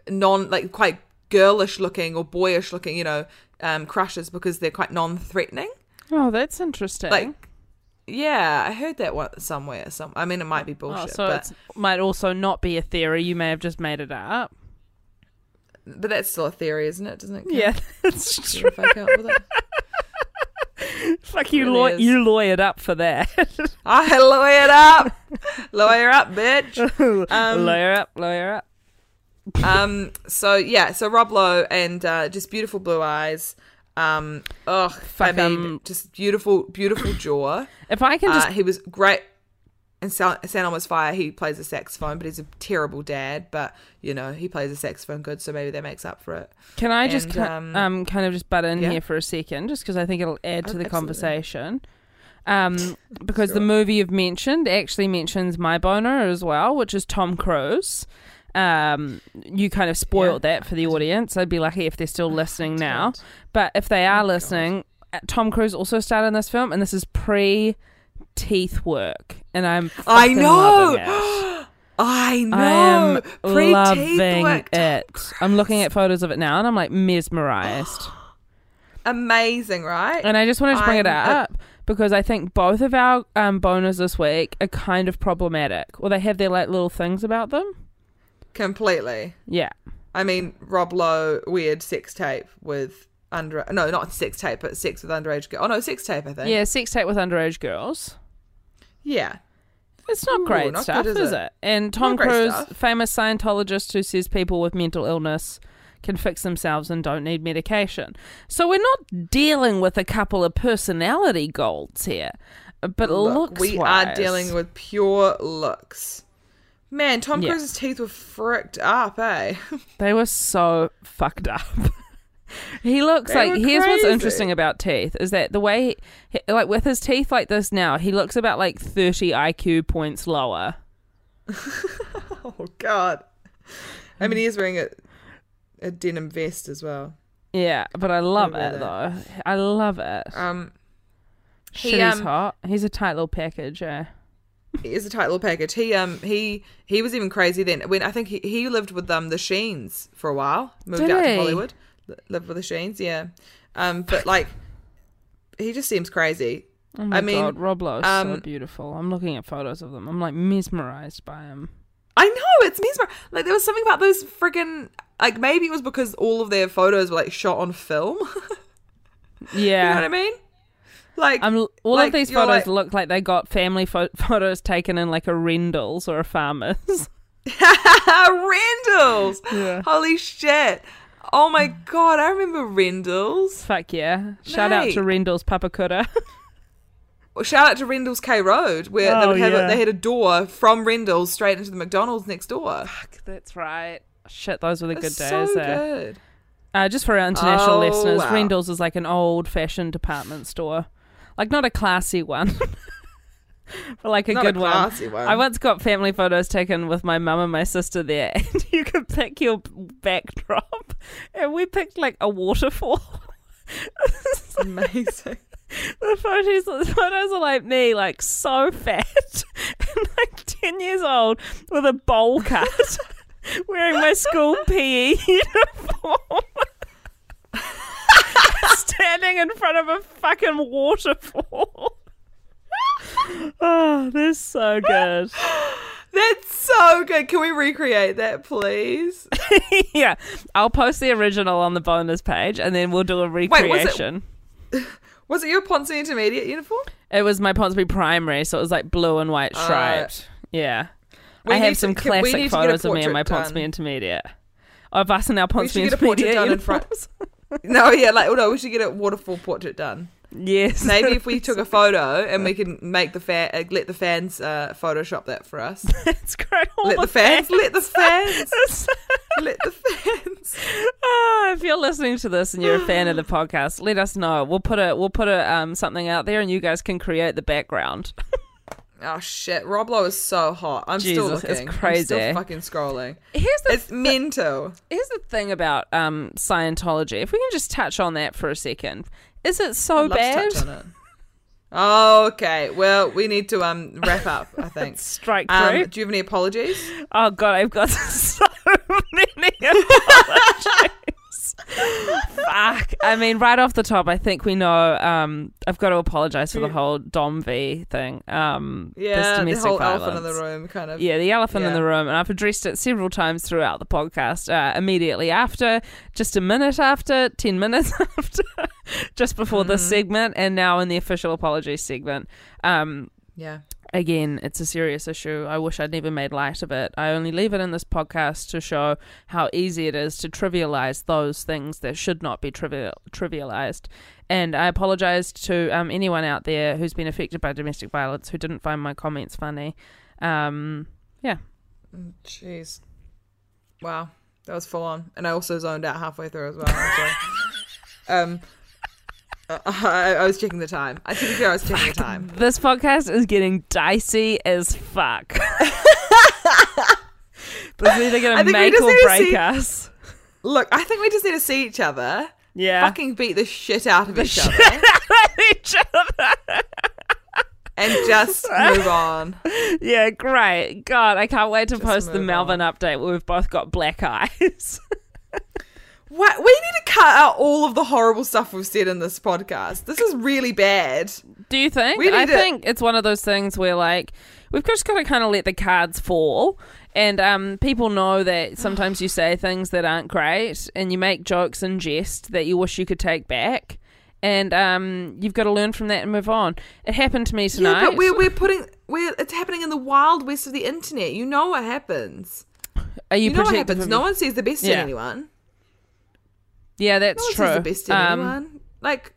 Speaker 3: non, like quite girlish looking or boyish looking, you know, um, crushes because they're quite non-threatening.
Speaker 2: Oh, that's interesting.
Speaker 3: Like, yeah, I heard that one somewhere. Some, I mean, it might be
Speaker 2: oh,
Speaker 3: bullshit,
Speaker 2: so
Speaker 3: but
Speaker 2: it might also not be a theory. You may have just made it up.
Speaker 3: but that's still a theory, isn't it? Doesn't it? count?
Speaker 2: Yeah, that's
Speaker 3: Yeah,
Speaker 2: true.
Speaker 3: if I count with it.
Speaker 2: Fuck you,
Speaker 3: really
Speaker 2: law-
Speaker 3: is.
Speaker 2: you lawyered up for that.
Speaker 3: I lawyer up, lawyer up, bitch. Um,
Speaker 2: lawyer up, lawyer up.
Speaker 3: um, so yeah, so Rob Lowe and uh, just beautiful blue eyes. Um, ugh,
Speaker 2: Fuck,
Speaker 3: I mean,
Speaker 2: um,
Speaker 3: just beautiful, beautiful jaw.
Speaker 2: If I can
Speaker 3: Uh,
Speaker 2: just
Speaker 3: he was great. And San Almost Fire, he plays a saxophone, but he's a terrible dad. But you know, he plays a saxophone good, so maybe that makes up for it.
Speaker 2: Can I just
Speaker 3: And,
Speaker 2: ki- um,
Speaker 3: um,
Speaker 2: kind of just butt in
Speaker 3: yeah.
Speaker 2: here for a second, just because I think it'll add to
Speaker 3: Oh,
Speaker 2: the
Speaker 3: absolutely.
Speaker 2: conversation. Um, because the
Speaker 3: Sure.
Speaker 2: movie you've mentioned actually mentions my boner as well, which is Tom Cruise. Um, you kind of spoiled that for the audience. I'd be lucky if they're
Speaker 3: Oh,
Speaker 2: still listening now, but if they are listening, uh Tom Cruise also starred in this film, and this is pre teeth work, and I'm
Speaker 3: I
Speaker 2: fucking
Speaker 3: know.
Speaker 2: loving it.
Speaker 3: I know.
Speaker 2: I am
Speaker 3: Pre-teeth
Speaker 2: loving
Speaker 3: work.
Speaker 2: it. I'm looking at photos of it now, and I'm like mesmerized.
Speaker 3: Amazing, right?
Speaker 2: And I just wanted to bring it
Speaker 3: I'm a-
Speaker 2: up because I think both of our um, boners this week are kind of problematic. Well, they have their like little things about them.
Speaker 3: Completely.
Speaker 2: Yeah.
Speaker 3: I mean, Rob Lowe, weird sex tape with under no, not sex tape, but sex with underage girl. Oh no, sex tape. I think.
Speaker 2: Yeah, sex tape with underage girls.
Speaker 3: Yeah.
Speaker 2: It's not
Speaker 3: Ooh,
Speaker 2: great
Speaker 3: not
Speaker 2: stuff,
Speaker 3: good, is
Speaker 2: is
Speaker 3: it?
Speaker 2: it? And Tom
Speaker 3: Not great
Speaker 2: Cruise,
Speaker 3: stuff.
Speaker 2: famous Scientologist who says people with mental illness can fix themselves and don't need medication. So we're not dealing with a couple of personality golds here, but
Speaker 3: Look,
Speaker 2: looks
Speaker 3: we are dealing with pure looks. Man, Tom
Speaker 2: Yeah.
Speaker 3: Cruise's teeth were fricked up, eh?
Speaker 2: They were so fucked up. he looks
Speaker 3: They
Speaker 2: like
Speaker 3: were
Speaker 2: here's what's
Speaker 3: crazy.
Speaker 2: interesting about teeth is that the way he, he- like with his teeth like this now, he looks about like 30 IQ points lower.
Speaker 3: oh God. I mean, he is wearing a a denim vest as well.
Speaker 2: Yeah, but I love
Speaker 3: Remember
Speaker 2: it though. I love it.
Speaker 3: Um,
Speaker 2: Shit,
Speaker 3: he,
Speaker 2: he's
Speaker 3: um,
Speaker 2: hot. He's a tight little package, yeah.
Speaker 3: he is a tight little package. He um he he was even crazy then. When I think he, he lived with um the Sheens for a while, moved
Speaker 2: Did
Speaker 3: out
Speaker 2: he?
Speaker 3: to Hollywood, li- lived with the Sheens, yeah. Um, but like, he just seems crazy.
Speaker 2: Oh my
Speaker 3: I mean,
Speaker 2: god, Roblo is so
Speaker 3: um,
Speaker 2: beautiful. I'm looking at photos of them. I'm like mesmerized by him.
Speaker 3: I know it's mesmer. Like there was something about those friggin' like maybe it was because all of their photos were like shot on film. you know
Speaker 2: Yeah.
Speaker 3: what I mean? Like
Speaker 2: I'm, all
Speaker 3: like,
Speaker 2: of these
Speaker 3: you're
Speaker 2: photos
Speaker 3: like-
Speaker 2: look like they got family pho- photos taken in like a Rendell's or a farmer's.
Speaker 3: Randall's.
Speaker 2: Yeah.
Speaker 3: Holy shit! Oh my god, I remember Randall's.
Speaker 2: Fuck yeah. Shout out to
Speaker 3: Mate.
Speaker 2: Rendell's Papa Kura.
Speaker 3: Well, shout out to Rendell's K Road, where they
Speaker 2: Oh,
Speaker 3: would have
Speaker 2: yeah.
Speaker 3: a, they had a door from Rendell's straight into the McDonald's next door.
Speaker 2: That's right. Shit, those were the Ah, good
Speaker 3: It's
Speaker 2: days
Speaker 3: so
Speaker 2: there.
Speaker 3: good.
Speaker 2: Uh, just for our international
Speaker 3: Oh,
Speaker 2: listeners,
Speaker 3: wow.
Speaker 2: Rendell's is like an old fashioned department store. Like, not a classy one, but like a
Speaker 3: Not
Speaker 2: good
Speaker 3: a
Speaker 2: one.
Speaker 3: classy one.
Speaker 2: I once got family photos taken with my mum and my sister there, and you could pick your backdrop. And we picked like a waterfall.
Speaker 3: Amazing.
Speaker 2: The photos, the photos are like me, like so fat and like 10 years old with a bowl cut, wearing my school PE uniform, standing in front of a fucking waterfall. oh, they're so good.
Speaker 3: That's so good. Can we recreate that, please?
Speaker 2: yeah, I'll post the original on the bonus page and then we'll do a
Speaker 3: was it-
Speaker 2: recreation.
Speaker 3: Was it your Ponce Intermediate uniform?
Speaker 2: It was my Ponsonby primary, so it was like blue and white striped. yeah.
Speaker 3: Uh, We
Speaker 2: I
Speaker 3: need
Speaker 2: have
Speaker 3: to-
Speaker 2: some
Speaker 3: can- we
Speaker 2: classic
Speaker 3: need to get a
Speaker 2: photos of me and my
Speaker 3: portrait done.
Speaker 2: Ponsonby intermediate. Oh, Of us and our Ponsonby
Speaker 3: should get a portrait
Speaker 2: intermediate
Speaker 3: done in front-
Speaker 2: uniforms.
Speaker 3: No, yeah, like oh no, we should get a waterfall portrait done.
Speaker 2: yes.
Speaker 3: Maybe if we took a photo and we can make the fan, uh, let the fans uh, Photoshop that for us.
Speaker 2: That's great. All
Speaker 3: Let
Speaker 2: my
Speaker 3: the fans, let the fans,
Speaker 2: fans.
Speaker 3: let the fans.
Speaker 2: Ah, if you're listening to this and you're a fan of the podcast, let us know. We'll put a we'll put a um, something out there, and you guys can create the background.
Speaker 3: Oh shit, Roblo is so hot. I'm still
Speaker 2: Jesus, it's
Speaker 3: looking. I'm
Speaker 2: crazy.
Speaker 3: still fucking scrolling.
Speaker 2: Here's the
Speaker 3: It's mental.
Speaker 2: here's the thing about um, Scientology. If we can just touch on that for a second, is it so
Speaker 3: Love to
Speaker 2: bad?
Speaker 3: touch on it. Oh, okay. Well, we need to um wrap up. I think.
Speaker 2: Strike
Speaker 3: Um,
Speaker 2: through.
Speaker 3: do you have any apologies?
Speaker 2: Oh god, I've got so many apologies. Fuck. I mean, right off the top, I think we know. Um, I've got to apologize for the whole Dom V thing. Um, this
Speaker 3: Yeah, the
Speaker 2: domestic
Speaker 3: whole
Speaker 2: violence.
Speaker 3: elephant in the room kind of.
Speaker 2: Yeah, the elephant in
Speaker 3: Yeah.
Speaker 2: the room, and I've addressed it several times throughout the podcast. Uh, immediately after, just a minute after, ten minutes after, just before
Speaker 3: Mm-hmm.
Speaker 2: this segment, and now in the official apology segment. Um,
Speaker 3: Yeah.
Speaker 2: again, it's a serious issue. I wish I'd never made light of it. I only leave it in this podcast to show how easy it is to trivialize those things that should not be trivial- trivialized. And I apologize to um, anyone out there who's been affected by domestic violence who didn't find my comments funny. Um, yeah.
Speaker 3: Jeez. Wow, that was full on, and I also zoned out halfway through as well. I'm sorry. um, uh, I, I was checking the time. I to be fair, I was checking the time.
Speaker 2: This podcast is getting dicey as fuck. but it's either
Speaker 3: I
Speaker 2: going to
Speaker 3: think we
Speaker 2: make
Speaker 3: just
Speaker 2: or
Speaker 3: need to
Speaker 2: break
Speaker 3: see-
Speaker 2: us.
Speaker 3: Look, I think we just need to see each other.
Speaker 2: Yeah.
Speaker 3: Fucking beat the shit out of each other
Speaker 2: Each other.
Speaker 3: and just move on.
Speaker 2: Yeah, great. God, I can't wait to post the
Speaker 3: move
Speaker 2: Melbourne update where we've both got black eyes.
Speaker 3: What, we need to cut out all of the horrible stuff we've said in this podcast. This is really bad.
Speaker 2: Do you think?
Speaker 3: We
Speaker 2: I
Speaker 3: need to-
Speaker 2: think it's one of those things where like we've just got to kind of let the cards fall. And um, people know that sometimes you say things that aren't great and you make jokes and jest that you wish you could take back. And um, you've got to learn from that and move on. It happened to me tonight.
Speaker 3: Yeah, but we're, we're putting we're it's happening in the wild west of the internet. You know what happens.
Speaker 2: Are you,
Speaker 3: You, know what
Speaker 2: protective
Speaker 3: happens.
Speaker 2: of
Speaker 3: No
Speaker 2: your-
Speaker 3: one sees the best in
Speaker 2: Yeah.
Speaker 3: anyone.
Speaker 2: Yeah, that's
Speaker 3: No one
Speaker 2: true.
Speaker 3: sees the best in
Speaker 2: Um,
Speaker 3: anyone. Like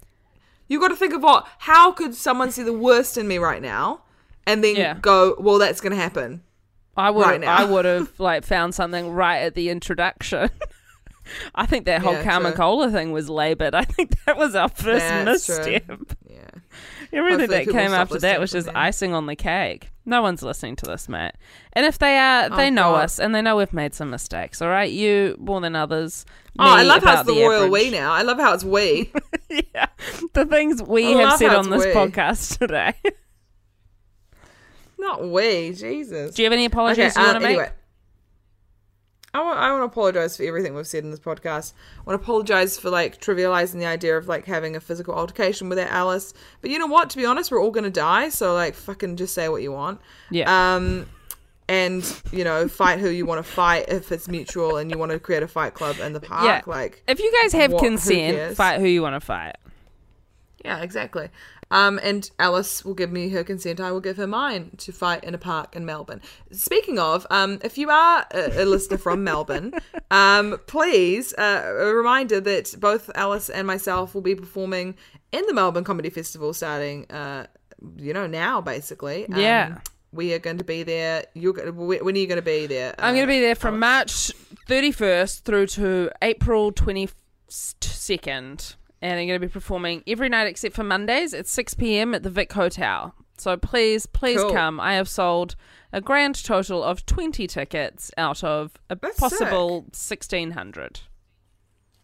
Speaker 3: you got to think of what how could someone see the worst in me right now, and then
Speaker 2: Yeah.
Speaker 3: go well that's gonna happen.
Speaker 2: I would
Speaker 3: right now.
Speaker 2: I would have like found something right at the introduction. I think that whole
Speaker 3: Yeah,
Speaker 2: Karma
Speaker 3: true.
Speaker 2: Cola thing was laboured. I think that was our first
Speaker 3: That's true.
Speaker 2: misstep.
Speaker 3: Yeah.
Speaker 2: Everything
Speaker 3: Hopefully
Speaker 2: that
Speaker 3: people
Speaker 2: came
Speaker 3: stop
Speaker 2: after that
Speaker 3: listening
Speaker 2: was
Speaker 3: from
Speaker 2: just
Speaker 3: then.
Speaker 2: icing on the cake. No one's listening to this, mate. And if they are, they know
Speaker 3: Oh, God.
Speaker 2: us and they know we've made some mistakes. All right, you more than others.
Speaker 3: Oh, I
Speaker 2: me
Speaker 3: love how
Speaker 2: about
Speaker 3: it's the, royal we
Speaker 2: average.
Speaker 3: now. I love how it's we.
Speaker 2: yeah, the things we
Speaker 3: I
Speaker 2: have
Speaker 3: love
Speaker 2: said
Speaker 3: how
Speaker 2: on
Speaker 3: it's
Speaker 2: this
Speaker 3: we.
Speaker 2: podcast today.
Speaker 3: Not we, Jesus.
Speaker 2: Do you have any apologies you
Speaker 3: um,
Speaker 2: want to make?
Speaker 3: I want, I want to apologize for everything we've said in this podcast. I want to apologize for like trivializing the idea of like having a physical altercation with our Alice. But you know what? To be honest, we're all gonna die, so like fucking just say what you want.
Speaker 2: Yeah.
Speaker 3: Um, and you know, fight who you want to fight if it's mutual, and you want to create a fight club in the
Speaker 2: yeah.
Speaker 3: park. Like,
Speaker 2: if you guys have
Speaker 3: what- who
Speaker 2: consent,
Speaker 3: cares?
Speaker 2: fight who you want to fight.
Speaker 3: Yeah, exactly. Um, and Alice will give me her consent. I will give her mine to fight in a park in Melbourne. Speaking of, um, if you are a, a listener from Melbourne, um, please uh, a reminder that both Alice and myself will be performing in the Melbourne Comedy Festival starting, uh, you know, now basically. Um,
Speaker 2: Yeah.
Speaker 3: we are going to be there. You're go- when when are you going to be there?
Speaker 2: I'm going to
Speaker 3: Uh,
Speaker 2: be there from March 31st through to April 22nd. And I'm going to be performing every night except for Mondays at 6 p.m. at the Vic Hotel. So please, please
Speaker 3: Cool.
Speaker 2: come. I have sold a grand total of 20 tickets out of a
Speaker 3: That's
Speaker 2: possible 1,600.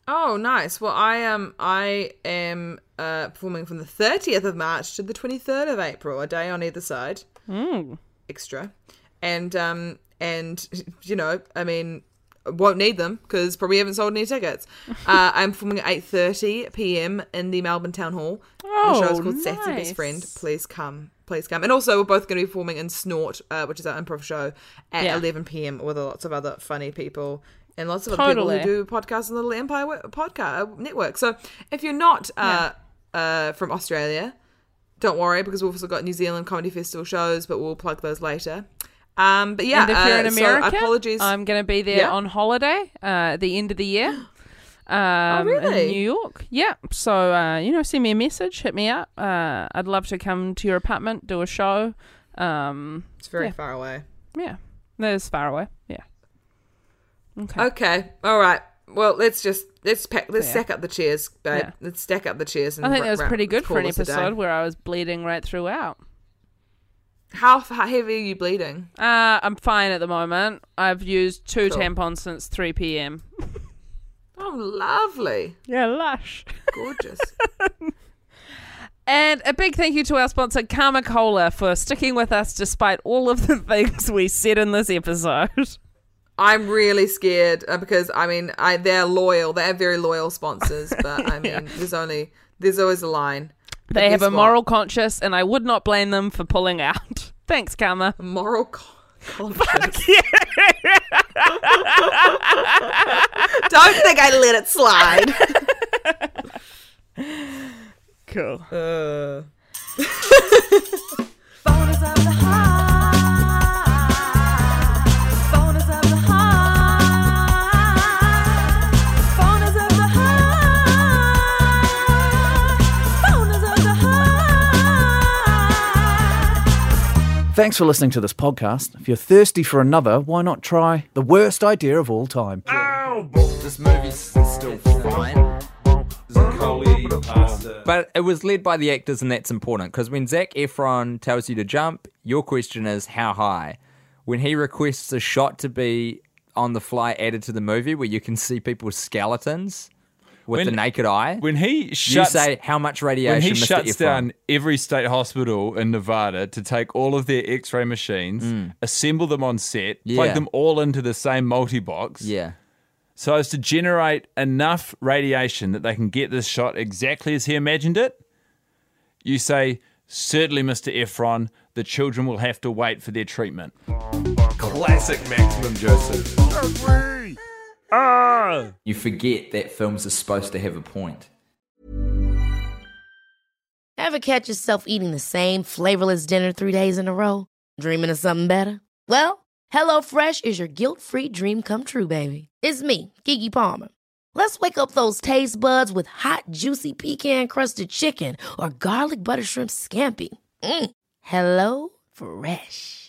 Speaker 3: Oh, nice. Well, I am. I am uh, performing from the 30th of March to the 23rd of April, a day on either side.
Speaker 2: Mm.
Speaker 3: Extra, and um, and you know, I mean, won't need them because probably haven't sold any tickets. uh, I'm performing at 8:30 p.m. in the Melbourne Town Hall. the show's
Speaker 2: Oh,
Speaker 3: called Sassy Best
Speaker 2: nice.
Speaker 3: Friend. Please come. Please come. And also, we're both going to be performing in Snort, uh, which is our improv show, at
Speaker 2: Yeah.
Speaker 3: 11 p.m. with lots of other funny people and lots of other
Speaker 2: Totally.
Speaker 3: people who do podcast on the Little Empire wo- podcast uh, network. So if you're not uh, uh, from Australia, don't worry because we've also got New Zealand comedy festival shows, but we'll plug those later. Um, but yeah,
Speaker 2: and if you're in
Speaker 3: uh, so
Speaker 2: America, um,
Speaker 3: apologies.
Speaker 2: I'm going to be there
Speaker 3: Yeah. Oh,
Speaker 2: on holiday uh, at the end of the year. Um,
Speaker 3: really?
Speaker 2: In New York. Yeah. So, uh, you know, send me a message, hit me up. Uh, I'd love to come to your apartment, do a show. Um,
Speaker 3: it's very
Speaker 2: yeah.
Speaker 3: far away.
Speaker 2: yeah. That's far away. Yeah. Okay.
Speaker 3: Okay, all right. Well, let's just let's pack let's
Speaker 2: Yeah.
Speaker 3: stack up the chairs, babe.
Speaker 2: Yeah.
Speaker 3: Let's stack up the chairs. And
Speaker 2: I think
Speaker 3: ra-
Speaker 2: that was
Speaker 3: ra-
Speaker 2: pretty good for
Speaker 3: call
Speaker 2: an
Speaker 3: this a day.
Speaker 2: episode where I was bleeding right throughout.
Speaker 3: How, how heavy are you bleeding?
Speaker 2: Uh, I'm fine at the moment. I've used two
Speaker 3: Cool.
Speaker 2: tampons since 3 p.m.
Speaker 3: Oh, lovely.
Speaker 2: Yeah, lush.
Speaker 3: Gorgeous.
Speaker 2: And a big thank you to our sponsor, Karma Cola, for sticking with us despite all of the things we said in this episode.
Speaker 3: I'm really scared uh, because I mean I they're loyal. They're very loyal sponsors, but I mean there's only there's always a line. But
Speaker 2: They have
Speaker 3: guess
Speaker 2: a
Speaker 3: what?
Speaker 2: moral conscience, and I would not blame them for pulling out. Thanks, Karma.
Speaker 3: moral co- conscience. Don't think I let it slide.
Speaker 2: Cool.
Speaker 3: Uh,
Speaker 4: Bonus of the high. Bonus of the high. Bonus of the high. Bonus of the high.
Speaker 1: Thanks for listening to this podcast. If you're thirsty for another, why not try the worst idea of all time?
Speaker 6: This movie's still fine. But it was led by the actors, and that's important because when Zach Efron tells you to jump, your question is how high. When he requests a shot to be on the fly added to the movie where you can see people's skeletons with
Speaker 7: When-
Speaker 6: the naked eye,
Speaker 7: When he
Speaker 6: you
Speaker 7: shuts,
Speaker 6: say how much radiation
Speaker 7: when he
Speaker 6: Mr.
Speaker 7: shuts
Speaker 6: Efron.
Speaker 7: down every state hospital in Nevada to take all of their X-ray machines, assemble them on set,
Speaker 6: Mm. Yeah.
Speaker 7: plug them all into the same multi-box,
Speaker 6: Yeah.
Speaker 7: so as to generate enough radiation that they can get this shot exactly as he imagined it, you say, certainly, Mr. Efron, the children will have to wait for their treatment.
Speaker 8: Classic Maximum Joseph.
Speaker 6: You forget that films are supposed to have a point.
Speaker 9: Ever catch yourself eating the same flavorless dinner three days in a row? Dreaming of something better? Well, HelloFresh is your guilt-free dream come true, baby. It's me, Kiki Palmer. Let's wake up those taste buds with hot, juicy pecan-crusted chicken or garlic butter shrimp scampi. Mm. Hello Fresh.